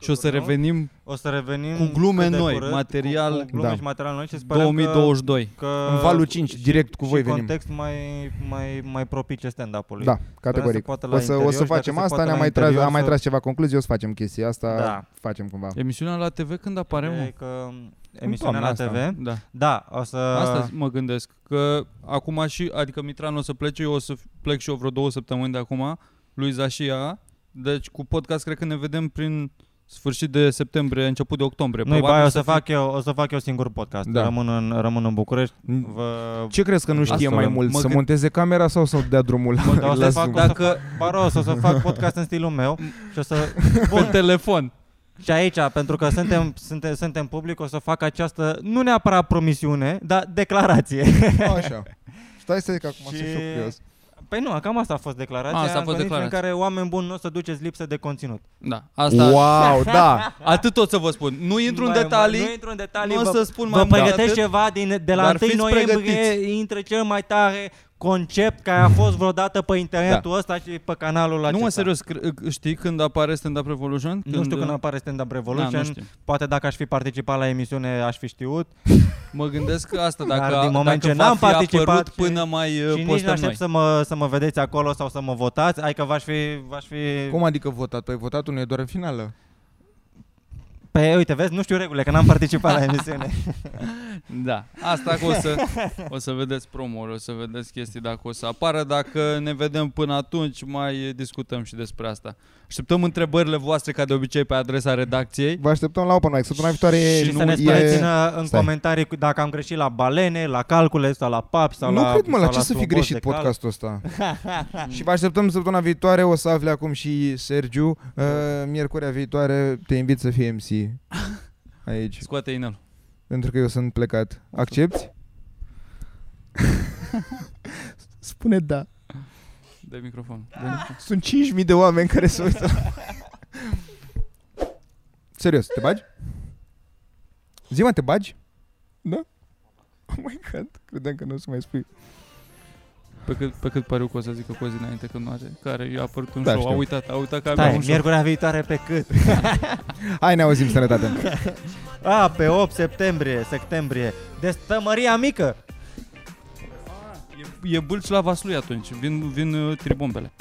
Speaker 1: Și o să revenim
Speaker 2: O să revenim
Speaker 1: Cu glume
Speaker 2: cât de
Speaker 1: noi,
Speaker 2: curând,
Speaker 1: material-
Speaker 2: cu, cu glume
Speaker 3: Da.
Speaker 2: și material noi și sperăm
Speaker 1: 2022.
Speaker 2: Că, că
Speaker 3: În valul 5, direct cu
Speaker 2: uh, și
Speaker 3: voi venim.
Speaker 2: context mai, mai, mai propice stand-up-ului.
Speaker 3: Da,
Speaker 2: Sperăm să
Speaker 3: categoric.
Speaker 2: poată la
Speaker 3: O să, o
Speaker 2: interior
Speaker 3: să
Speaker 2: și
Speaker 3: facem
Speaker 2: dacă se
Speaker 3: asta,
Speaker 2: poate
Speaker 3: ne-am
Speaker 2: la
Speaker 3: mai tras,
Speaker 2: interior
Speaker 3: am mai
Speaker 2: să-
Speaker 3: tras ceva concluzii, o să facem chestia asta,
Speaker 2: Da.
Speaker 3: facem cumva.
Speaker 1: Emisiunea la TV când apare,
Speaker 2: Ideea e
Speaker 3: Exact.
Speaker 1: mă?
Speaker 2: că emisiunea la
Speaker 3: toamna asta.
Speaker 2: TV.
Speaker 1: Da.
Speaker 2: Da, o să...
Speaker 3: Uh.
Speaker 1: Asta mă gândesc. Că acum și... Adică Mitran o să plece, eu o să plec și eu vreo două săptămâni de acum. Luiza și ea. Deci cu podcast cred că ne vedem prin sfârșit de septembrie, început de octombrie.
Speaker 2: Noi
Speaker 1: Probabil
Speaker 2: bai, o să,
Speaker 1: fie-
Speaker 2: fac eu, o să fac eu singur podcast.
Speaker 3: Da.
Speaker 2: Da. Rămân, în, rămân în București. Vă
Speaker 3: Ce crezi că nu
Speaker 1: Asta
Speaker 3: știe mai
Speaker 1: vreau.
Speaker 3: mult?
Speaker 1: Mă
Speaker 3: Să
Speaker 1: gând-
Speaker 3: monteze camera sau să dea drumul la,
Speaker 2: dar o
Speaker 3: la
Speaker 2: să
Speaker 3: Zoom?
Speaker 2: fac, dacă... Baros, o să fac podcast în stilul meu și o să...
Speaker 1: Pe telefon.
Speaker 2: Și aici, pentru că suntem, suntem, suntem public, o să fac această, nu neapărat promisiune, dar declarație.
Speaker 3: Așa. Stai să zic acum, sunt
Speaker 2: Și-
Speaker 3: și eu curios.
Speaker 2: Păi nu, cam asta a fost declarația,
Speaker 1: Asta a
Speaker 2: în
Speaker 1: fost
Speaker 2: condiții
Speaker 1: declarația.
Speaker 2: în care oameni buni nu o să duceți lipsă de conținut.
Speaker 1: Da, asta...
Speaker 3: Wow, da.
Speaker 1: Atât tot să vă spun. Nu intru în
Speaker 2: Mai-
Speaker 1: detalii.
Speaker 2: Nu intru în detalii,
Speaker 1: nu o
Speaker 2: vă,
Speaker 1: să spun
Speaker 2: vă
Speaker 1: mai mult
Speaker 2: pregătesc
Speaker 1: atât.
Speaker 2: ceva din, de la
Speaker 1: Dar
Speaker 2: 1
Speaker 1: fiți
Speaker 2: noiembrie,
Speaker 1: pregătiți.
Speaker 2: intră cel mai tare concept care a fost vreodată pe internetul ăsta și pe canalul acesta.
Speaker 1: Da. Nu, mă, serios, cre- știi când apare Stand Up Revolution?
Speaker 2: Nu știu când apare Stand Up
Speaker 1: Da,
Speaker 2: Revolution,
Speaker 1: nu știu.
Speaker 2: poate dacă aș fi participat la emisiune aș fi știut.
Speaker 1: Mă gândesc că asta,
Speaker 2: Dar
Speaker 1: dacă,
Speaker 2: din moment
Speaker 1: dacă
Speaker 2: ce
Speaker 1: va
Speaker 2: n-am
Speaker 1: fi
Speaker 2: participat
Speaker 1: apărut
Speaker 2: și-
Speaker 1: până mai uh,
Speaker 2: Și nici nu
Speaker 1: postăm
Speaker 2: aștept
Speaker 1: noi.
Speaker 2: să mă, să mă vedeți acolo sau să mă votați, ai că v-aș fi, v-aș fi
Speaker 3: Cum adică votat? Păi votatul nu e doar în finală.
Speaker 2: pe Pe uite, vezi, nu știu regulile, că n-am participat la emisiune.
Speaker 1: Da, asta că o să, o să vedeți promo o să vedeți chestii dacă o să apară. Dacă ne vedem până atunci, mai discutăm și despre asta. Așteptăm întrebările voastre, ca de obicei, pe adresa redacției.
Speaker 3: Vă așteptăm la Open Mic. Săptămâna viitoare
Speaker 2: și
Speaker 3: nu
Speaker 2: să ne
Speaker 3: e...
Speaker 2: spuneți în
Speaker 3: Stai.
Speaker 2: comentarii cu- dacă am greșit la balene, la calcule sau la papi sau
Speaker 3: nu
Speaker 2: la
Speaker 3: cred, mă, la
Speaker 2: sau
Speaker 3: ce să fi
Speaker 2: slobos
Speaker 3: greșit
Speaker 2: de cal.
Speaker 3: podcastul ăsta? și vă așteptăm săptămâna viitoare, o să afle acum și Sergiu. Uh, miercurea viitoare te invit să fii MC aici,
Speaker 1: Scoate inelul.
Speaker 3: pentru că eu sunt plecat. Accepti? Spune da.
Speaker 1: De microfon.
Speaker 3: Sunt 5.000 de oameni care se uită. Serios, te bagi? Zi, mă, te bagi? Da? Oh my god, credeam că nu o să mai spui.
Speaker 1: Pe cât, pe cât pariu că o să zică cozi înainte că nu are, care i-a apărut un
Speaker 3: Da,
Speaker 1: da, show,
Speaker 3: știu.
Speaker 1: a uitat, a uitat că avea
Speaker 2: Stai,
Speaker 1: un show.
Speaker 2: miercurea viitoare pe cât?
Speaker 3: Hai, ne auzim, sănătate.
Speaker 2: A, pe 8 septembrie, septembrie. Destămăria mică.
Speaker 1: E, e bâlci la vaslui atunci, vin, vin uh, tribombele.